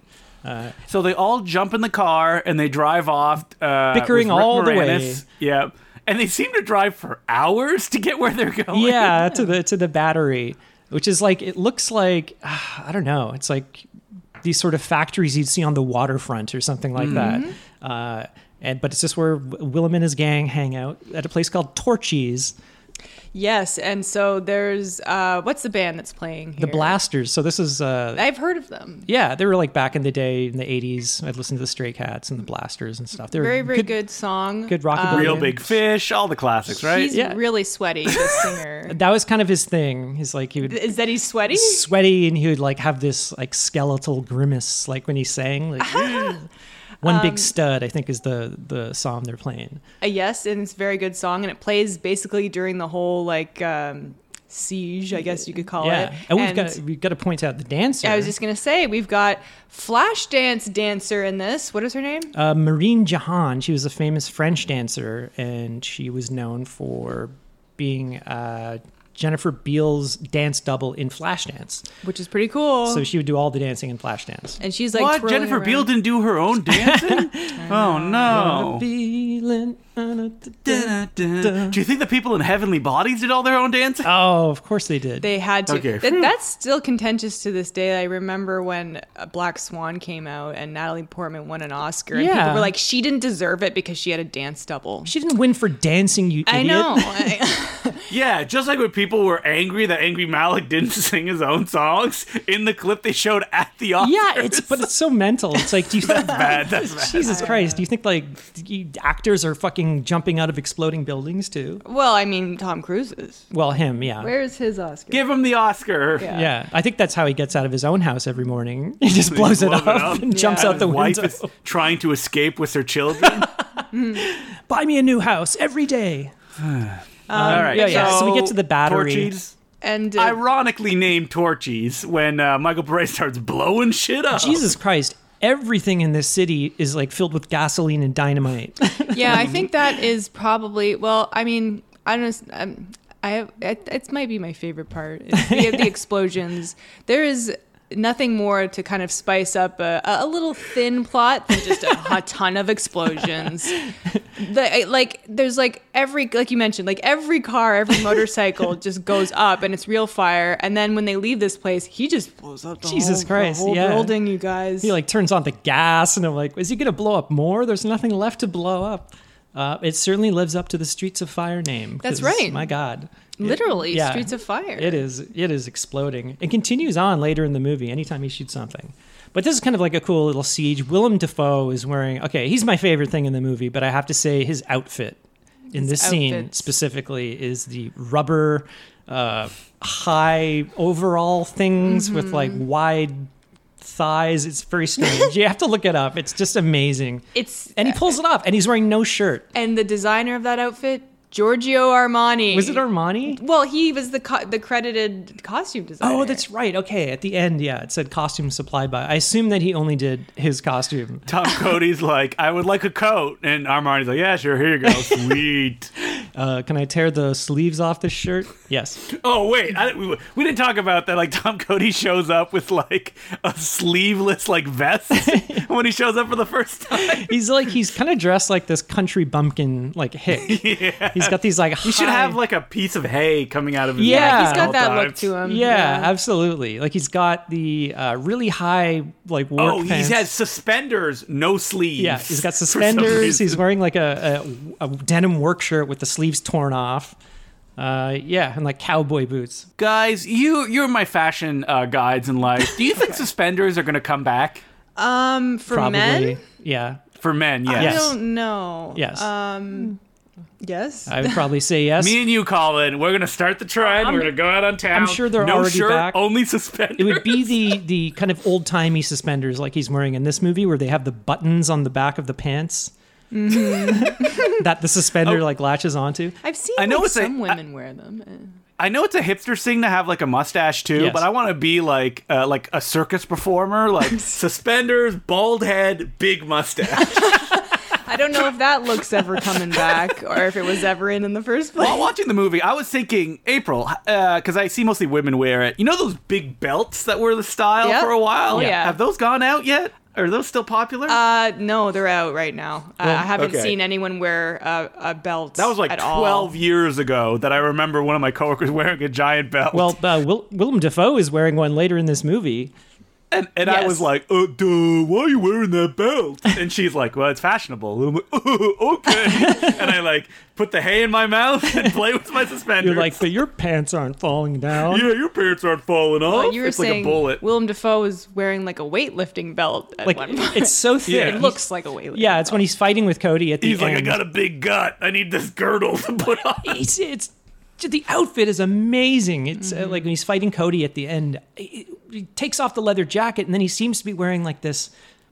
Uh,
so they all jump in the car and they drive off, uh,
Bickering
with Rick
all the
Moranis. Yeah, and they seem to drive for hours to get where they're going.
yeah, to the to the battery, which is like it looks like ah, I don't know. It's like these sort of factories you'd see on the waterfront or something like
Mm-hmm.
that. Uh, and but it's just where W- Willem and his gang hang out at a place called Torchies.
Yes, and so there's uh, what's the band that's playing here?
The Blasters. So this is uh,
I've heard of them.
Yeah, they were like back in the day in the '80s. I'd listen to the Stray Cats and the Blasters and stuff. They were
Very very good, song. Um,
good rockabilly.
real big fish, all the classics, right?
He's
yeah.
really sweaty. This singer
That was kind of his thing. He's like he would
is that he's sweaty.
sweaty and he would like have this like skeletal grimace, like when he sang. Like,
Uh-huh.
One
Um,
big stud, I think, is the the song they're playing.
Uh, yes, and it's a very good song, and it plays basically during the whole like um, siege, I guess you could call
yeah,
it.
and we've got we've got to point out the dancer.
I was just gonna say we've got Flashdance dancer in this. What is her name?
uh, Marine Jahan. She was a famous French dancer, and she was known for being uh, Jennifer Beals' dance double in Flashdance.
Which is pretty cool.
So she would do all the dancing in Flashdance.
Oh. and she's like
what?
twirling
Jennifer
around.
Beal didn't do her own dancing? oh no! Dun-dun-dun. Do you think the people in heavenly bodies did all their own dancing?
Oh, of course they did.
They had to.
Okay.
Th- that's still contentious to this day. I remember when uh, Black Swan came out and Natalie Portman won an Oscar, and
Yeah.
people were like, "She didn't deserve it because she had a dance double."
she didn't win for dancing, you idiot.
I know. I-
Yeah, just like when people were angry that Angry Malik didn't sing his own songs in the clip they showed at the Oscars.
Yeah, it's but it's so mental. It's like, do you think
bad. That's bad.
Jesus Christ? Do you think like you, actors are fucking jumping out of exploding buildings too?
well, I mean, Tom Cruise's.
Well, him, yeah,
Where's his Oscar?
Give him the Oscar.
Yeah.
yeah. I think that's how he gets out of his own house every morning. He just blows it
blows
up,
it up.
and jumps
Yeah.
out the
His wife
window.
is
Um,
trying to escape with her children.
Buy me a new house every day.
All right.
yeah, yeah. So we get to the battery.
Torchies.
And uh,
Ironically named Torchies when uh, Michael Perez starts blowing shit up.
Jesus Christ. Everything in this city is like filled with gasoline and dynamite.
yeah, I think that is probably. Well, I mean, I don't know. Um, I have, it, it might be my favorite part. is The, the explosions. There is nothing more to kind of spice up a, a little thin plot than just a hot ton of explosions. The, I- like, there's like every, like you mentioned, like every car, every motorcycle just goes up and it's real fire. And then when they leave this place, he just blows up the
Jesus
whole, the
Christ,
whole
yeah.
building, you guys.
he like turns on the gas, and I'm like, is he gonna blow up more? There's nothing left to blow up. Uh, it certainly lives up to the Streets of Fire name.
That's
'cause,
right.
My God.
Literally,
Yeah.
streets of fire.
It is it is exploding. It continues on later in the movie anytime he shoots something. But this is kind of like a cool little siege. Willem Dafoe is wearing okay, he's my favorite thing in the movie, but I have to say his outfit in this scene
outfits.
specifically is the rubber uh, high overall things with like wide thighs. It's very strange. you have to look it up. It's just amazing.
It's
And he pulls it off and he's wearing no shirt.
and the designer of that outfit, Giorgio Armani.
Was it Armani?
Well, he was the co- the credited costume designer.
Oh, that's right. Okay, at the end, yeah, it said costume supplied by. I assume that he only did his costume.
Tom Cody's like, I would like a coat. And Armani's like, yeah, sure, here you go. Sweet.
Uh, can I tear the sleeves off this shirt? Yes.
oh, wait. I, we, we didn't talk about that. Like, Tom Cody shows up with, like, a sleeveless, like, vest when he shows up for the first time.
He's like he's kind of dressed like this country bumpkin like hick. He's got these like
He should have, like, a piece of hay coming out of his
Yeah.
mouth
he's got
at
that
all
look
times.
to him.
yeah, absolutely. Like he's got the uh, really high like work
Oh,
pants.
he has suspenders, no sleeves.
yeah, he's got
for some
suspenders. He's
reason.
wearing like a, a, a denim work shirt with the sleeves torn off. Uh, yeah, and like cowboy boots.
guys, you you're my fashion uh, guides in life. Do you think suspenders are going to come back
Um, for
Probably.
men,
Yeah.
for men? Yes.
I
Uh, Yes.
don't know.
Yes.
Um, yes.
I would probably say yes.
Uh, Me and you, Colin, we're gonna start the trend. we're gonna go out on town.
I'm sure they're
no
already
shirt,
back.
Only suspenders.
It would be the the kind of old timey suspenders like he's wearing in this movie, where they have the buttons on the back of the pants
Mm-hmm.
that the
Oh.
suspender like latches onto.
I've seen
I know
like,
it's a-
some
I-
women wear them.
I know it's a hipster thing to have like a mustache too,
Yes.
but I want to be like uh, like a circus performer, like suspenders, bald head, big mustache.
I don't know if that look's ever coming back or if it was ever in in the first place.
While watching the movie, I was thinking April because I see mostly women wear it. You know those big belts that were the style
Yep. Oh,
for a while.
Yeah.
Have those gone out yet? Are those still popular?
Uh, no, they're out right now. I- I haven't
okay.
seen anyone wear a, a belt.
that was like
at
12
all.
years ago that I remember one of my coworkers wearing a giant belt.
Well, uh, Will- Willem Dafoe is wearing one later in this movie.
And, and I
Yes.
was like, uh, duh, why are you wearing that belt? And she's like, well, it's fashionable. And I'm like, oh, okay. and I like put the hay in my mouth and play with my suspenders.
You're like, but your pants aren't falling down.
yeah, your pants aren't falling off.
But you were
it's like a
saying
bullet.
Willem Dafoe was wearing like a weightlifting belt at
Like
one point.
it's so thick.
Yeah.
it looks like a weightlifting.
Yeah, it's when he's fighting with Cody at the
He's
end.
like, I got a big gut. I need this girdle to put on.
it's it's the outfit is amazing. It's
Mm-hmm.
uh, like when he's fighting Cody at the end, he, he takes off the leather jacket and then he seems to be wearing like this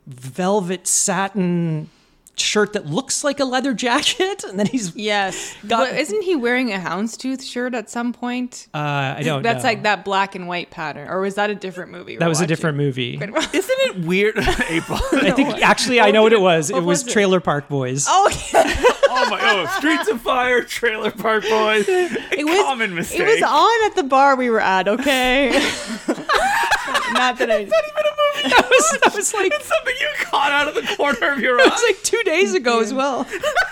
velvet satin shirt that looks like a leather jacket, and then he's
Yes.
Got-
Well, isn't he wearing a houndstooth shirt at some point?
uh, I don't.
That's
know.
like that black and white pattern, or was that a different movie? we're
That was a
watching?
different movie.
Isn't it weird, April?
I think actually I know what it was. It was
was it?
Trailer Park Boys.
Oh, yeah.
oh my! Oh, Streets of Fire, Trailer Park Boys. A
it was
common mistake.
It was on at the bar we were at. Okay. Not that I.
That was, that was like
It's something you caught out of the corner of your eye.
that was like two days ago as well.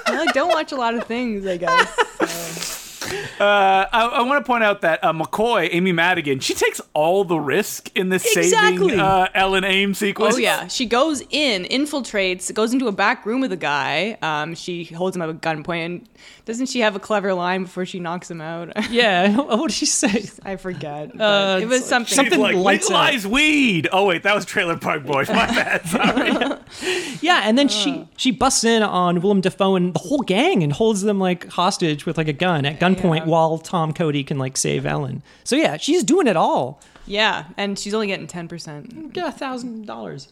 I don't watch a lot of things. I guess.
Uh, I, I want to point out that uh, McCoy, Amy Madigan, she takes all the risk in this
Exactly.
saving uh, Ellen Ames sequence.
Oh yeah, she goes in, infiltrates, goes into a back room with a guy. Um, she holds him up at gunpoint. And doesn't she have a clever line before she knocks him out?
Yeah. What did she say?
I forget.
Uh,
but it was
it's
something.
She's
something-
like,
lights out.
legalize weed. Oh wait, that was Trailer Park Boys. My bad. Sorry.
Yeah, and then she she busts in on Willem Dafoe and the whole gang and holds them like hostage with like a gun at gunpoint
Yeah.
while Tom Cody can like save Ellen. So yeah, she's doing it all.
Yeah, and she's only getting ten percent.
Yeah, thousand dollars.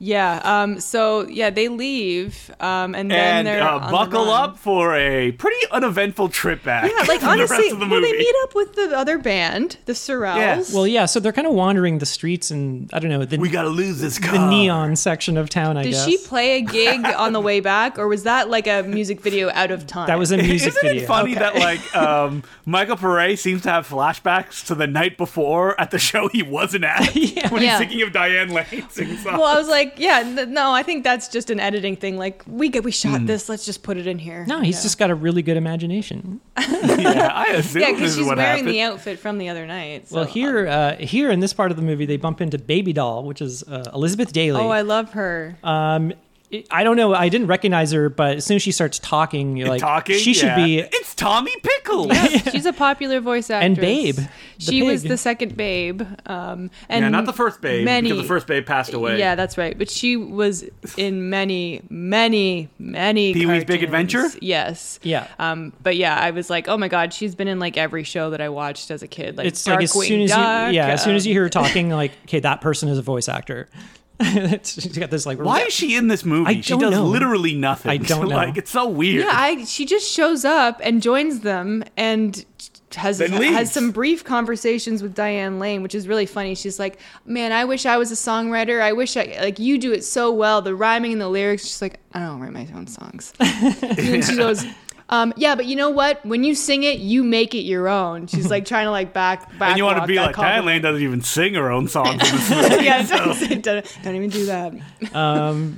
Yeah. Um, so yeah, they leave, um, and then
and
they're
uh,
on the
buckle
run.
up for a pretty uneventful trip back.
Yeah, like
for the
honestly,
rest of the
well,
movie.
they meet up with the other band, the Sorrells.
Yeah.
Well, yeah, so they're kind of wandering the streets and I don't know, the,
we gotta lose this car.
the neon section of town, I
Did
guess.
she play a gig on the way back, or was that like a music video out of time?
that was a music
Isn't
video.
it funny that like um, Michael Pare seems to have flashbacks to the night before at the show he wasn't at
Yeah.
when he's
Yeah.
thinking of Diane Lane singing songs.
Well, I was like, yeah, n- no, I think that's just an editing thing. Like we get we shot this, let's just put it in here.
Hmm. No, he's just got a really good imagination.
yeah, I assume
yeah,
this
because
is
she's
what
wearing
happened.
the outfit from the other night.
Well,
so-
here, uh, here in this part of the movie, they bump into Baby Doll, which is uh, Elizabeth Daly.
Oh, I love her.
um, it- I don't know. I didn't recognize her, but as soon as she starts talking, you're like,
Talking,
she should
yeah.
be.
It's Tommy Pickles.
Yes, she's a popular voice actress.
And Babe, the
She was
pig.
the second Babe. Um, and
Yeah, not the first babe
many-
because the first babe passed away.
Yeah, that's right. But she was in many, many, many.
Pee Wee's Big
cartoons.
Adventure?
Yes.
Yeah.
Um. But yeah, I was like, oh my god, she's been in like every show that I watched as a kid. Like
It's like as
Darkwing
soon as
Duck,
you, yeah, as soon as
um,
you hear her talking, like, okay, that person is a voice actor. She's got this like.
Why is she in this movie?
I
she
don't
does
know.
literally nothing.
I don't know.
like it's so weird.
Yeah, I, she just shows up and joins them and has
Then leaves.
has some brief conversations with Diane Lane, which is really funny. She's like, "Man, I wish I was a songwriter. I wish I like you do it so well. The rhyming and the lyrics." She's like, "I don't write my own songs." and then she goes. Um, yeah, but you know what? When you sing it, you make it your own. She's like trying to like back back.
and you want to
walk
be
that
like Diane
compliment.
Lane doesn't even sing her own songs. in this movie.
yeah, don't, don't, don't even do that.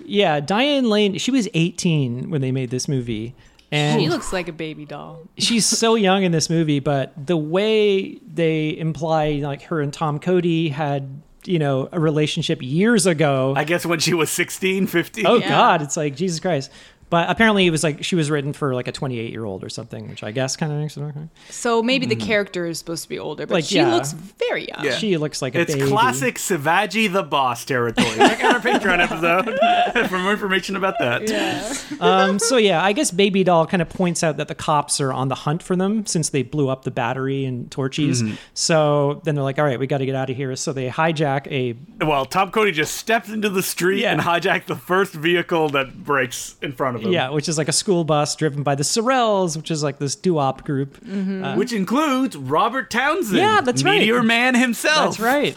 Yeah, Diane Lane. She was 18 when they made this movie, and
She looks like a baby doll.
she's so young in this movie, but the way they imply like her and Tom Cody had, you know, a relationship years ago.
I guess when she was 16, 15.
oh
Yeah.
god, it's like Jesus Christ. But apparently it was like she was written for like a 28-year-old or something, which I guess kind of makes it okay.
So maybe the character is supposed to be older, but
Like,
she
yeah.
looks very young.
Mm-hmm. Yeah.
She looks like a
It's
baby.
classic Savaji the Boss territory. Check out our Patreon episode for more information about that.
Um, so yeah, I guess Baby Doll kind of points out that the cops are on the hunt for them since they blew up the battery and torches.
Mm-hmm.
So then they're like, "All right, we got to get out of here." So they hijack a
Well, Tom Cody just steps into the street
Yeah.
and hijacks the first vehicle that breaks in front of him.
Yeah, which is like a school bus driven by the Sorrells, which is like this doo-wop group.
Mm-hmm.
Which includes Robert Townsend.
Yeah, that's right.
Meteor Man himself.
That's right.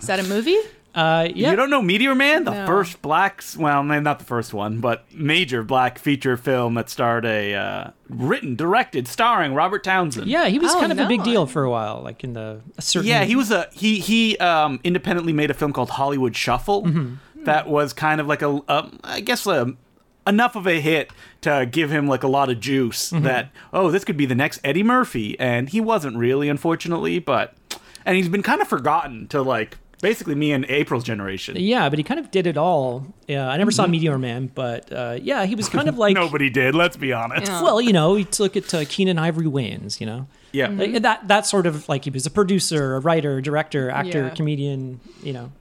Is that a movie?
Uh, yeah.
Oh. You don't know Meteor Man, the
No.
first black, well, man, not the first one, but major black feature film that starred a uh, written, directed, starring Robert Townsend.
yeah, he was
Oh,
kind of a big
no.
deal for a while, like in the a certain.
Yeah, he was a he he um, independently made a film called Hollywood Shuffle
Mm-hmm.
that was kind of like a um, I guess um enough of a hit to give him like a lot of juice
Mm-hmm.
that oh this could be the next Eddie Murphy and he wasn't really unfortunately but and he's been kind of forgotten to like basically me and April's generation.
Yeah, but he kind of did it all. Yeah, I never
Mm-hmm.
saw Meteor Man, but uh, yeah, he was kind of like.
Nobody did. Let's be honest.
Yeah.
Well, you know, he took it to Keenan Ivory Wayans. You know,
Yeah.
Mm-hmm.
Like, that that sort of like he was a producer, a writer, director, actor,
Yeah.
comedian. You know,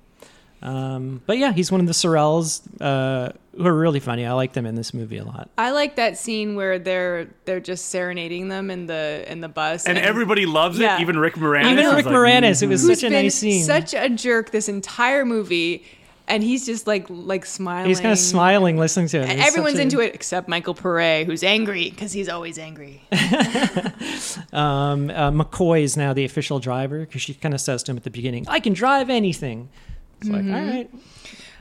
um, but yeah, he's one of the Sorrells uh, who are really funny. I like them in this movie a lot.
I like that scene where they're they're just serenading them in the in the bus,
And everybody loves
Yeah.
it. Even Rick Moranis.
Even
is
Rick
like,
Moranis, it was
who's
such a
been
nice scene.
such a jerk this entire movie, and he's just like like smiling.
He's kind of smiling, listening to it.
And
It's
everyone's
such a-
into it except Michael Pare, who's angry because he's always angry.
Um, uh, McCoy is now the official driver because she kind of says to him at the beginning, "I can drive anything." It's
Mm-hmm.
like, all right,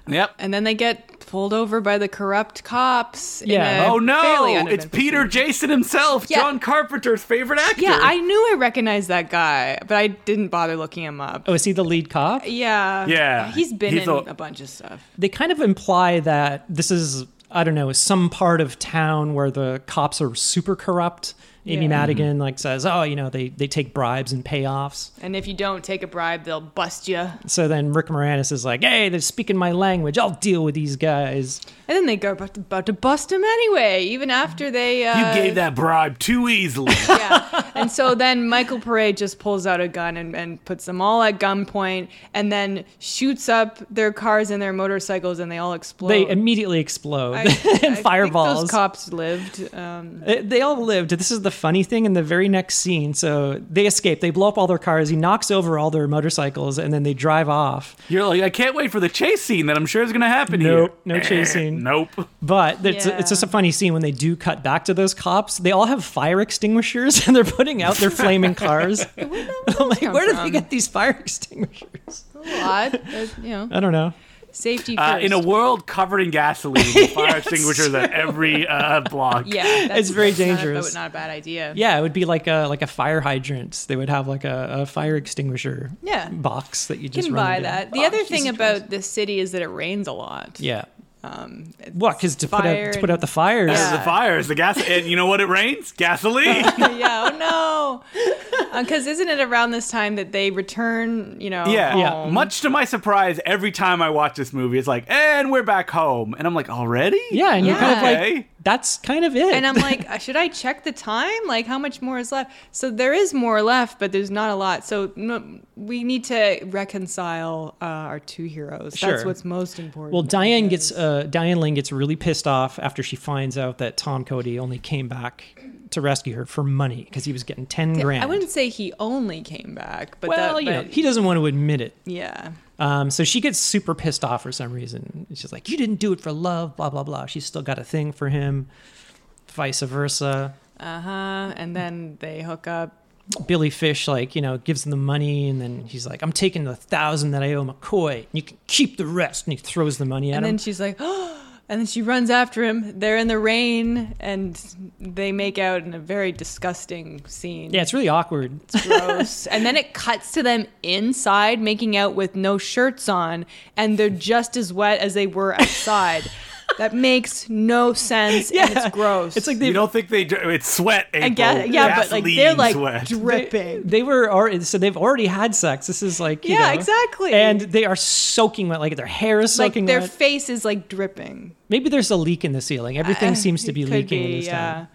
Yep.
And then they get pulled over by the corrupt cops. in
Yeah.
a
Oh
fairly
no! It's
uneventful
Peter Jason himself,
Yeah.
John Carpenter's favorite actor.
Yeah, I knew I recognized that guy, but I didn't bother looking him up.
oh, is he the lead cop?
Yeah.
Yeah.
He's been
He's
in
a-
a, bunch of stuff.
They kind of imply that this is, I don't know, some part of town where the cops are super corrupt. Amy
Yeah.
Madigan like says, "Oh, you know, they they take bribes and payoffs."
And if you don't take a bribe, they'll bust you. And
So then Rick Moranis is like, "Hey, they're speaking my language. I'll deal with these guys."
then they go about to, about to bust him anyway, even after they. Uh,
You gave that bribe too easily.
yeah. And so then Michael Parade just pulls out a gun and, and puts them all at gunpoint and then shoots up their cars and their motorcycles and they all explode.
They immediately explode
I- I
and
think
fireballs.
those cops lived. Um,
Uh, They all lived. This is the funny thing in the very next scene. So they escape, they blow up all their cars, he knocks over all their motorcycles, and then they drive off.
You're like, I can't wait for the chase scene that I'm sure is going to happen
Nope,
here.
no
Eh,
chase scene.
Nope.
But it's,
Yeah.
it's just a funny scene when they do cut back to those cops. They all have fire extinguishers and they're putting out their flaming cars. I'm like,
come
where did they
from?
get these fire extinguishers?
lot. There's, you know,
I don't know.
safety first.
Uh, in a world covered in gasoline, fire extinguishers at every uh, block.
yeah, that's,
It's very
that's not a-
dangerous.
not a bad idea.
Yeah, it would be like a like a fire hydrant. They would have like a, a fire extinguisher
Yeah.
box that you
You
just
can
run
buy
it in.
that. The
Oh,
other thing
Jesus
about
Christ.
the city is that it rains a lot.
yeah,
Um, it's-
what? Because to put
fire
out to put out the
and-
fires.
Yeah.
The fires, the gas, and you know what? It rains gasoline.
yeah, oh no. Because isn't it around this time that they return, you know?
Yeah.
Yeah.
home?
Much to my surprise, every time I watch this movie, it's like, and we're back home, and I'm like, already?
Yeah, and you're kind of
Okay.
like, that's kind of it.
And I'm like, uh, should I check the time? Like, how much more is left? So there is more left, but there's not a lot. So no, we need to reconcile uh, our two heroes. That's
Sure.
what's most important.
well, Diane gets uh, Diane Lane gets really pissed off after she finds out that Tom Cody only came back to rescue her for money because he was getting ten grand.
I wouldn't say he only came back, but
well,
that,
you know,
but-
he doesn't want to admit it.
yeah.
Um, so she gets super pissed off for some reason. She's like, "You didn't do it for love," blah blah blah. She's still got a thing for him, vice versa.
Uh huh. And then they hook up.
Billy Fish, like, you know, gives him the money and then he's like, I'm taking the thousand that I owe McCoy and you can keep the rest. And he throws the money at
And
him.
then she's like, oh, and then she runs after him. They're in the rain and they make out in a very disgusting scene.
yeah, it's really awkward.
It's gross. and then it cuts to them inside making out with no shirts on and they're just as wet as they were outside. that makes no sense and it's gross.
It's like they,
You don't think they? dr- It's sweat. April.
I guess, yeah, but like they're
Gasoline
like
sweat.
dripping.
they were already, so they've already had sex. This is like, you
Yeah,
know,
exactly.
And they are soaking wet, like their hair is
like
soaking
their
wet.
face is like dripping.
Maybe there's a leak in the ceiling. Everything seems to
uh, It
be
could
leaking in
be,
this
yeah.
town.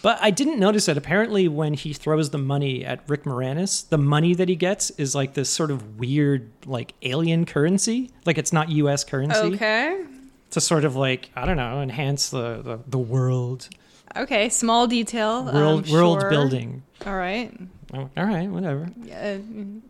But I didn't notice it. Apparently, when he throws the money at Rick Moranis, the money that he gets is like this sort of weird, like alien currency. Like it's not U.S. currency.
Okay.
to sort of like I don't know enhance the the, the world
Okay. Small detail.
world
um,
world
sure.
building.
All right.
Oh, All right, whatever.
Yeah.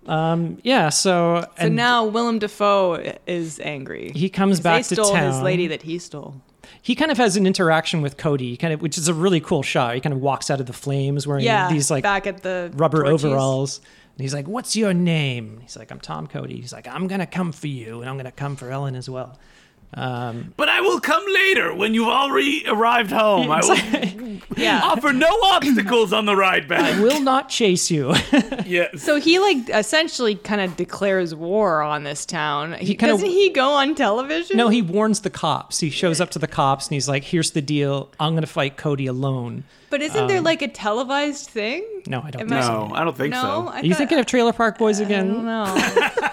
Um, yeah. So
So now Willem Dafoe is angry.
he comes
'Cause
back
they
to
stole his
town.
lady that he stole.
He kind of has an interaction with Cody, kind of, which is a really cool shot. He kind of walks out of the flames wearing
Yeah.
these like
back at the
rubber
Torchies.
overalls. And he's like, What's your name? He's like, I'm Tom Cody. He's like, I'm going to come for you and I'm going to come for Ellen as well. Um,
But I will come later when you've already arrived home. I will
Yeah.
offer no obstacles on the ride back.
will not chase you.
Yes.
So he like essentially kind of declares war on this town. He,
kinda-
doesn't he go on television?
no, he warns the cops. He shows up to the cops and he's like, Here's the deal. I'm going to fight Cody alone.
But isn't
um,
there like a televised thing?
No, I don't
Am
think
I-
so.
No, I don't think
no,
so.
I
Are you
thought-
thinking of Trailer Park Boys
I don't
again?
know.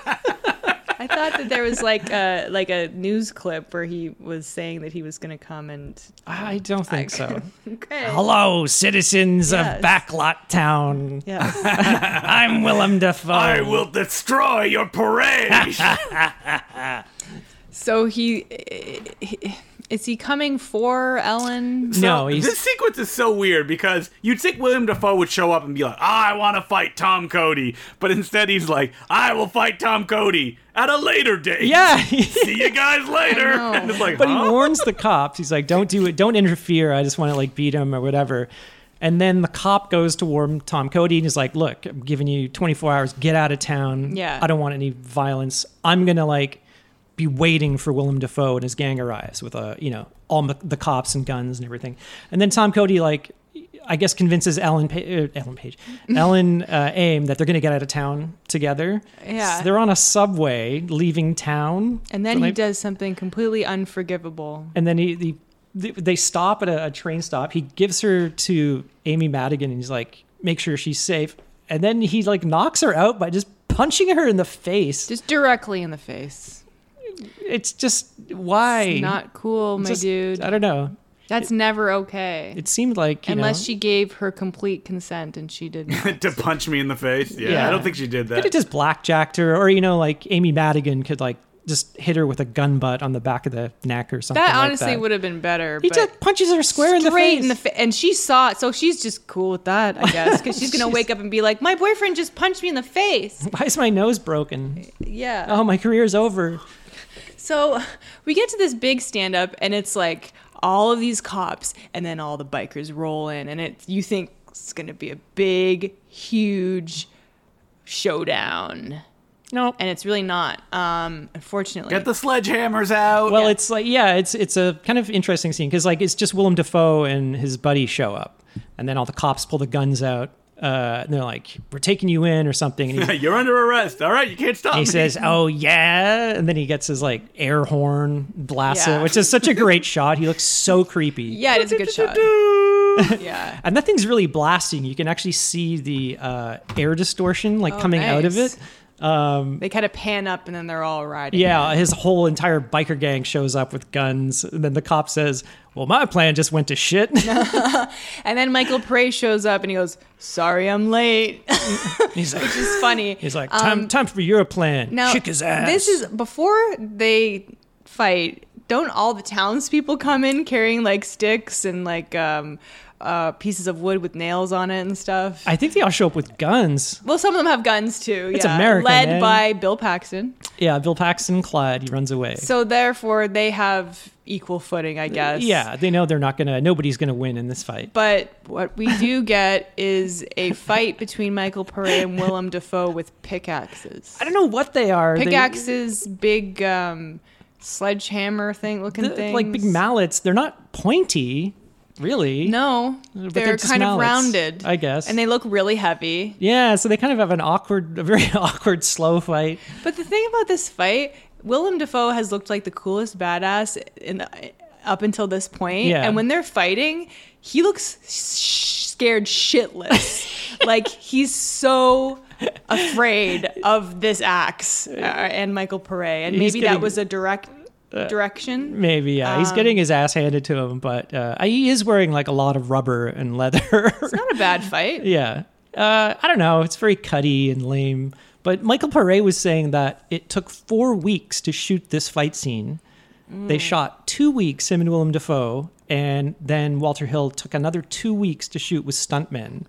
I thought that there was like a like a news clip where he was saying that he was going to come and
I don't think so.
okay.
Hello, citizens
Yes.
of Backlot Town.
Yes.
I'm Willem Dafoe.
I will destroy your parade.
So he is he coming for Ellen?
No,
So,
he's
this sequence is so weird because you'd think William Dafoe would show up and be like, "I want to fight Tom Cody," but instead he's like, "I will fight Tom Cody at a later date."
yeah.
See you guys later.
I know.
And it's like,
but
huh?
he warns the cops. He's like, "Don't do it. Don't interfere. I just want to like beat him or whatever." And then the cop goes to warn Tom Cody and he's like, "Look, I'm giving you 24 hours. Get out of town.
Yeah.
I don't want any violence. I'm gonna like be waiting for Willem Dafoe and his gang arrives with a you know all the, the cops and guns and everything." And then Tom Cody like. I guess convinces Ellen, pa- uh, Ellen Page, Ellen uh, Aim that they're going to get out of town together.
Yeah.
So they're on a subway leaving town,
And then
So
he
they-
does something completely unforgivable.
and then he, he they stop at a, a train stop. He gives her to Amy Madigan, and he's like, "Make sure she's safe." And then he like knocks her out by just punching her in the face.
Just directly in the face.
It's just why
Not cool, my
Just-
dude.
I don't know.
That's never okay.
It seemed like you
Unless
know,
she gave her complete consent and she did not.
to punch me in the face. Yeah,
Yeah.
I don't think she did
could
that.
have just blackjacked her, or you know, like Amy Madigan could like just hit her with a gun butt on the back of the neck or something.
That
like
honestly
that.
would have been better.
He
but
just punches her square in the
straight
face.
in the fa- and she saw it, so she's just cool with that, I guess, because she's gonna
She's-
wake up and be like, "My boyfriend just punched me in the face."
Why is my nose broken?
Yeah.
Oh, my career's over.
So we get to this big stand up, and it's like all of these cops, and then all the bikers roll in, and it you think it's gonna be a big, huge showdown,
No.
and it's really not. Um, unfortunately,
Get the sledgehammers out.
Well,
Yeah.
it's like yeah, it's it's a kind of interesting scene because like it's just Willem Dafoe and his buddy show up, and then all the cops pull the guns out. Uh, and they're like, "We're taking you in" or something. And he's,
You're under arrest. All right, you can't stop.
he
me.
says, "Oh yeah," and then he gets his like air horn blasted,
Yeah.
which is such a great shot. He looks so creepy.
yeah, it is a good shot. Yeah.
And that thing's really blasting. You can actually see the uh, air distortion like coming out of
Oh, nice.
it.
They kind of pan up and then they're all riding.
Yeah, his whole entire biker gang shows up with guns. And then the cop says, Well, my plan just went to shit.
And then Michael Prey shows up and he goes, Sorry, I'm late.
he's like,
Which is funny. Uh,
He's like, time, time for your plan.
Um, Now,
Kick his ass.
This is before they fight. Don't all the townspeople come in carrying like sticks and like um, uh, pieces of wood with nails on it and stuff?
I think they all show up with guns.
well, some of them have guns too.
It's eh?
yeah,
America,
led
man.
by Bill Paxton.
Yeah, Bill Paxton, Clyde, he runs away.
So therefore, they have equal footing, I guess.
Yeah, they know they're not gonna. Nobody's gonna win in this fight.
But what we do get is a fight between Michael Pare and Willem Dafoe with pickaxes.
I don't know what they are. They-
Pickaxes, big um, sledgehammer thing looking
the-
things.
like big mallets. They're not pointy, really.
No,
But
they're,
they're just
kind of
mallets,
rounded,
I guess.
and they look really heavy.
Yeah, so they kind of have an awkward, a very awkward, slow fight.
But the thing about this fight, Willem Dafoe has looked like the coolest badass in, up until this point,
Yeah.
and when they're fighting, he looks sh- scared shitless, like he's so afraid of this axe uh, and Michael Pare, and
He's
maybe that
getting- Uh,
was a direct direction.
Maybe yeah,
Um,
he's getting his ass handed to him, but uh, he is wearing like a lot of rubber and leather.
Not a bad fight.
yeah, uh, I don't know. It's very cutty and lame. But Michael Pare was saying that it took four weeks to shoot this fight scene.
Mm.
They shot two weeks, him and Willem Dafoe, and then Walter Hill took another two weeks to shoot with stuntmen.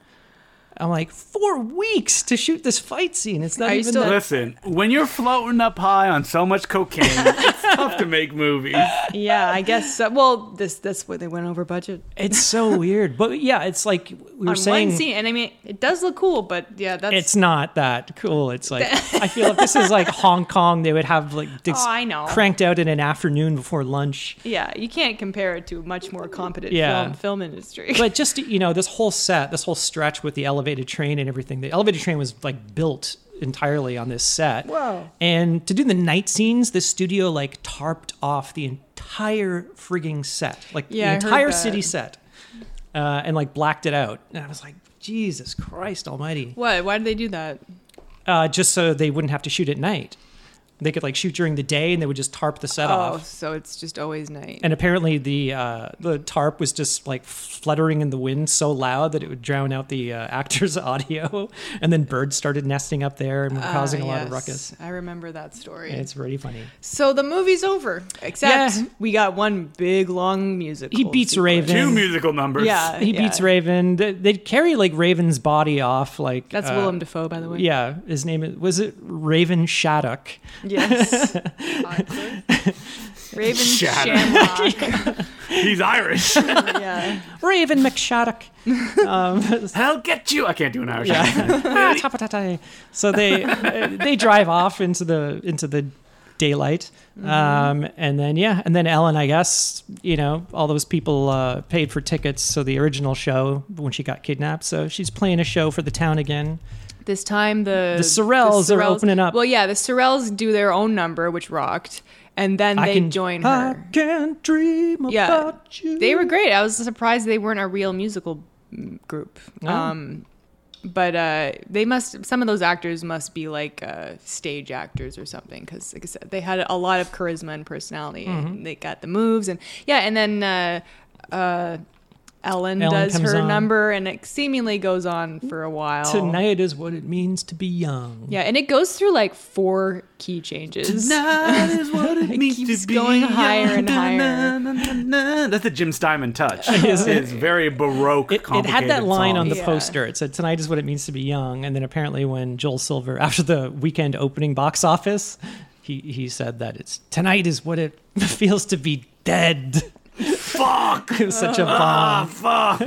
I'm like, four weeks to shoot this fight scene. It's not
Are you
even
still-
that-
Listen, when you're floating up high on so much cocaine, it's tough to make movies.
Yeah, I guess. So. Well, this that's where they went over budget.
It's so weird. But yeah, it's like we were
on
saying
one scene, and I mean, it does look cool, but yeah, that's.
it's not that cool. It's like I feel like this is like Hong Kong. They would have like this
Oh, I know.
cranked out in an afternoon before lunch.
yeah, you can't compare it to a much more competent
Yeah.
film, film industry.
But just you know, this whole set, this whole stretch with the elevated train and everything. The elevated train was like built entirely on this set.
Whoa.
And to do the night scenes, the studio like tarped off the entire frigging set, like
Yeah, I
the
heard
entire
that.
city set, uh, and like blacked it out. And I was like, Jesus Christ Almighty!
what? Why did they do that?
uh, just so they wouldn't have to shoot at night. They could like shoot during the day, and they would just tarp the set
Oh,
off.
so it's just always night.
And apparently, the uh, the tarp was just like fluttering in the wind so loud that it would drown out the uh, actors' audio. And then birds started nesting up there and were
Ah,
causing a lot of ruckus.
Uh, I remember that story.
It's pretty funny.
so the movie's over, except
Yeah.
we got one big long music.
He beats Raven.
Two musical numbers.
Yeah,
He
yeah.
beats Raven. They- They'd carry like Raven's body off. Like
That's
uh,
Willem Dafoe, by the way.
Yeah, his name is, was it Raven Shattuck.
Yes. Awkward. Raven
Shatter.
Shamrock.
He's Irish.
yeah.
Raven McShattuck.
I'll get you. I can't do an Irish. accent.
Ah, tapatata. so they they drive off into the into the daylight
Mm-hmm.
um, and then yeah and then ellen i guess you know all those people uh, paid for tickets so the original show when she got kidnapped so she's playing a show for the town again
This time the
The Sorrells are opening up.
Well, yeah, the Sorrells do their own number, which rocked, and then they join her.
i can dream
Yeah.
about you
They were great. I was surprised they weren't a real musical mm, group.
Oh.
Um, but uh, they must. Some of those actors must be like uh, stage actors or something, because like I said, they had a lot of
Mm-hmm.
charisma and personality. And they got the moves, and yeah, and then. Uh, uh, Ellen,
Ellen
does
comes
her
on.
number, and it seemingly goes on for a while.
Tonight is what it means to be young.
Yeah, and it goes through like four key changes.
Tonight is what it, means
keeps
to be
going higher
young.
and higher.
Na, na, na, na. That's the Jim Steinman touch. it's very baroque.
It, it had
complicated
that line
song.
on the
Yeah.
poster. It said, "Tonight is what it means to be young." And then apparently, when Joel Silver, after the weekend opening box office, he he said that it's tonight is what it feels to be dead.
Fuck.
It was such a bomb.
Ah, fuck.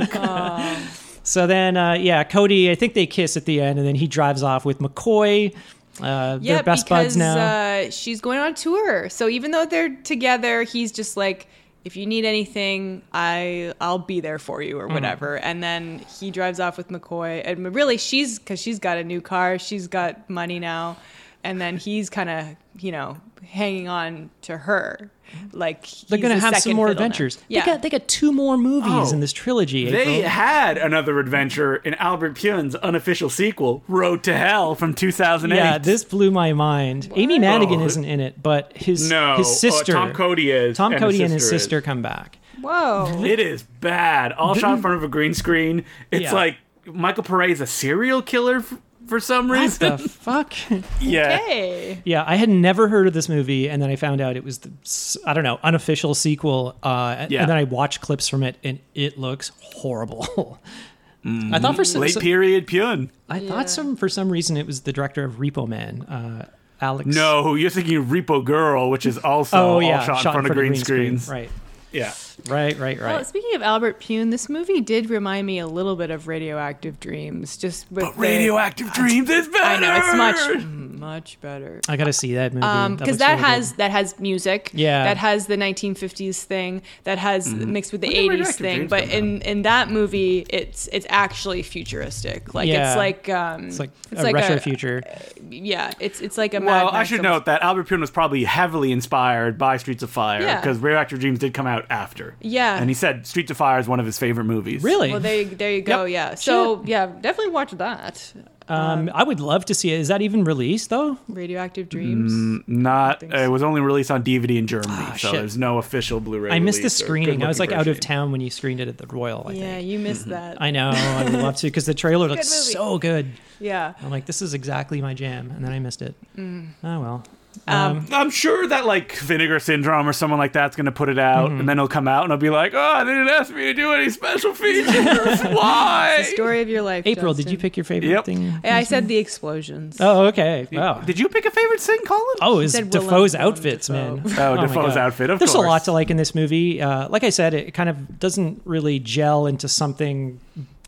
So then, uh, yeah, Cody. I think they kiss at the end, and then he drives off with McCoy. Uh,
Yeah,
they're best
because
buds now.
Uh, she's going on tour. So even though they're together, he's just like, if you need anything, I I'll be there for you or
Mm.
whatever. And then he drives off with McCoy, and really she's because she's got a new car, she's got money now, and then he's kind of you know hanging on to her, like
they're
he's the
gonna have some
second
more
fiddle now.
adventures.
Yeah,
They got they got two more movies
Oh.
in this trilogy.
They
April.
had another adventure in Albert Pune's unofficial sequel, Road to Hell, from 2008.
yeah, this blew my mind. Amy Madigan
Oh.
isn't in it, but his
no, uh,
his sister
Tom Cody is.
Tom
and
Cody
his
and his
is.
sister come back.
whoa.
It is bad. All shot in front of a green screen. It's
Yeah.
like Michael Paré is a serial killer f- for some
What
reason.
the fuck?
yeah.
Hey,
yeah, I had never heard of this movie, and then I found out it was the s- I don't know unofficial sequel. Uh,
Yeah.
and then I watched clips from it, and it looks horrible. I thought for some,
Mm, Late
so-
period Pune.
I
Yeah.
thought some for some reason it was the director of Repo Man, uh, Alex.
No, you're thinking of Repo Girl, which is also
Oh
all
yeah,
shot, in front of green, screens.
Right,
Yeah.
right, right, right.
Well, speaking of Albert Pune, this movie did remind me a little bit of Radioactive Dreams, just with the-
Radioactive Dreams is better.
I know it's much much better.
I gotta see that movie.
Um, because
looks
that,
really
has that has music,
Yeah. Mm-hmm.
that has the 1950s thing, that has mixed with the
did
80s
Radioactive
thing.
Dreams
But
come
in in that movie, it's it's actually futuristic. Like
Yeah.
it's like um,
It's like a retro future.
Yeah, it's it's like a. Mad
Well, I
Max
should
almost.
note that Albert Pune was probably heavily inspired by Streets of Fire
Yeah.
because Radioactive Dreams did come out after.
Yeah.
And he said Streets of Fire is one of his favorite movies.
Really?
Well, there you, there you go.
Yep.
Yeah. So yeah, definitely watch that.
um, I would love to see it. Is that even released though?
Radioactive Dreams.
Mm,
Not.
think
Uh, it was only released on DVD in Germany, so
Ah, shit.
there's no official Blu-ray.
I missed the
release or
screening. I was like
good-looking
out of
version.
town when you screened it at the Royal. oh, I
yeah,
think. Mm-hmm.
you missed that.
I know. I would love to because the trailer looks
movie.
so good.
yeah.
I'm like, this is exactly my jam, and then I missed it.
Mm.
Oh well.
Um,
I'm sure that like Vinegar Syndrome or someone like that's gonna put it out,
Mm-hmm.
and then it'll come out and I'll be like, oh, they didn't ask me to do any special features. Why?
Story of your life.
April, did you
Justin.
pick your favorite
Yep.
thing?
Yeah, I said the explosions.
Oh, okay. Wow.
Did you pick a favorite thing, Colin?
Oh, is
said
Defoe's
Willem
outfits,
Dafoe.
man.
Oh,
my
Defoe's
God.
outfit, of
There's
course.
a lot to like in this movie. Uh, like I said, it kind of doesn't really gel into something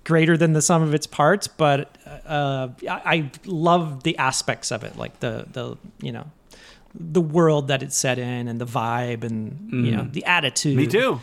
greater than the sum of its parts, but uh, I, I love the aspects of it, like the the you know the world that it's set in and the vibe and you know the attitude.
Mm. Me too.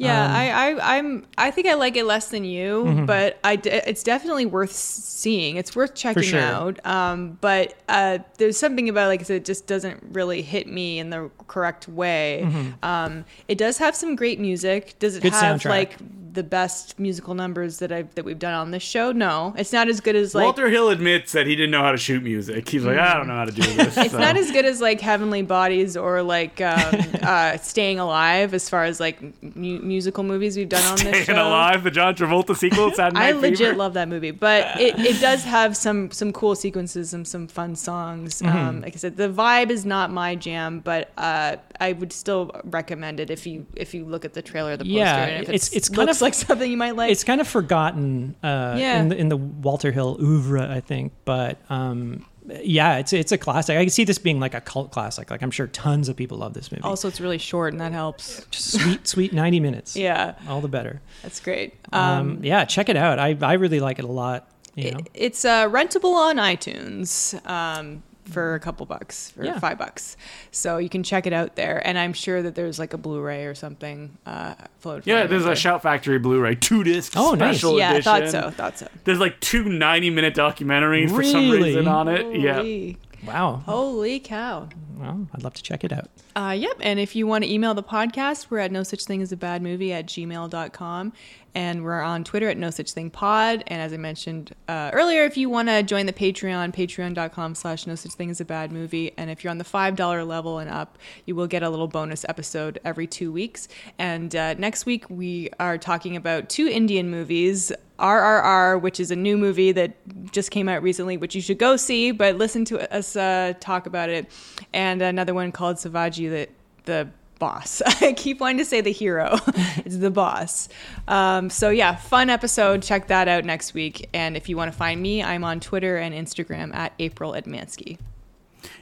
Yeah,
Um,
I, I, I'm. I think I like it less than you,
Mm-hmm.
but I. d- It's definitely worth seeing. It's worth checking
sure.
out. Um, but uh, there's something about it, like I said, it just doesn't really hit me in the correct way. Um, it does have some great music. Does it
Mm-hmm. Good
have
soundtrack.
like the best musical numbers that I have that we've done on this show? No, it's not as good as like.
Walter Hill admits that he didn't know how to shoot music. He's like, I don't know how to do this.
it's not as good as like Heavenly Bodies or like um, uh, Staying Alive as far as like mu- musical movies we've done on this show.
Taken alive, the John Travolta sequel. It's
I legit love that movie, but it, it does have some some cool sequences and some fun songs.
Mm-hmm.
Um, like I said, the vibe is not my jam, but uh, I would still recommend it if you if you look at the trailer, the poster,
Yeah,
and if
it's- it's kind
looks
of-
like something you might like.
it's kind of forgotten uh,
Yeah.
in, the, in the Walter Hill oeuvre, I think. But um, yeah, it's it's a classic. I can see this being like a cult classic. Like I'm sure tons of people love this movie.
also, it's really short, and that helps.
Just sweet, sweet 90 minutes.
Yeah,
all the better.
that's great.
Um,
Um,
yeah, check it out. I I really like it a lot. You know,
it- it's uh, rentable on iTunes. Um, for a couple bucks, for
Yeah.
five bucks, so you can check it out there, and I'm sure that there's like a Blu-ray or something uh, floating.
Yeah,
around
there's
out
a
there.
Shout Factory Blu-ray, two disc
Oh, nice.
special
Yeah, I
edition.
thought so. Thought so.
There's like two 90 minute documentaries for some
Really?
reason on it. Yeah.
Ooh-wee.
Wow.
Oh. Holy cow.
Well, I'd love to check it out.
Uh, yep. And if you want to email the podcast, we're at no such thing as a bad movie at gmail.com. And we're on Twitter at no such thing pod. And as I mentioned uh, earlier, if you want to join the Patreon, patreon.com slash no such thing as a bad movie. And if you're on the $5 level and up, you will get a little bonus episode every two weeks. And uh, next week, we are talking about two Indian movies. RRR, which is a new movie that just came out recently, which you should go see, but listen to us uh, talk about it. And another one called Savaji, that the boss. I keep wanting to say the hero. it's the boss. Um, so yeah, fun episode. Check that out next week. And if you want to find me, I'm on Twitter and Instagram at April Edmansky.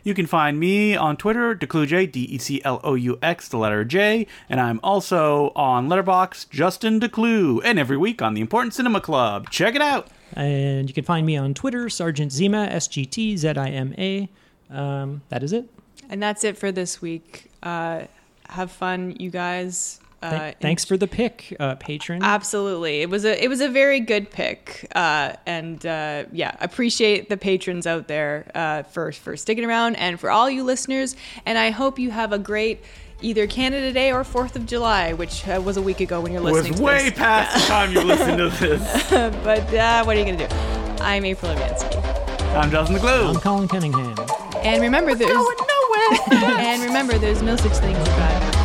You can find me on Twitter, Decluje, D E C L O U X, the letter J, and I'm also on Letterbox, Justin Declue, and every week on the Important Cinema Club. Check it out.
And you can find me on Twitter, Sergeant Zima, S G T Z I M A. Um, that is it.
And that's it for this week. Uh, have fun, you guys. Uh,
Th- thanks for the pick, uh, patron.
Absolutely, it was a it was a very good pick, uh, and uh, yeah, appreciate the patrons out there uh, for for sticking around and for all you listeners. And I hope you have a great either Canada Day or Fourth of July, which uh, was a week ago when you're listening.
was
to
way
this.
past the time you listened to this.
but uh, what are you gonna do? I'm April Advansky,
I'm Justin
I'm
Declue.
Colin Cunningham.
and remember there's
nowhere.
and remember there's no such thing as a bad.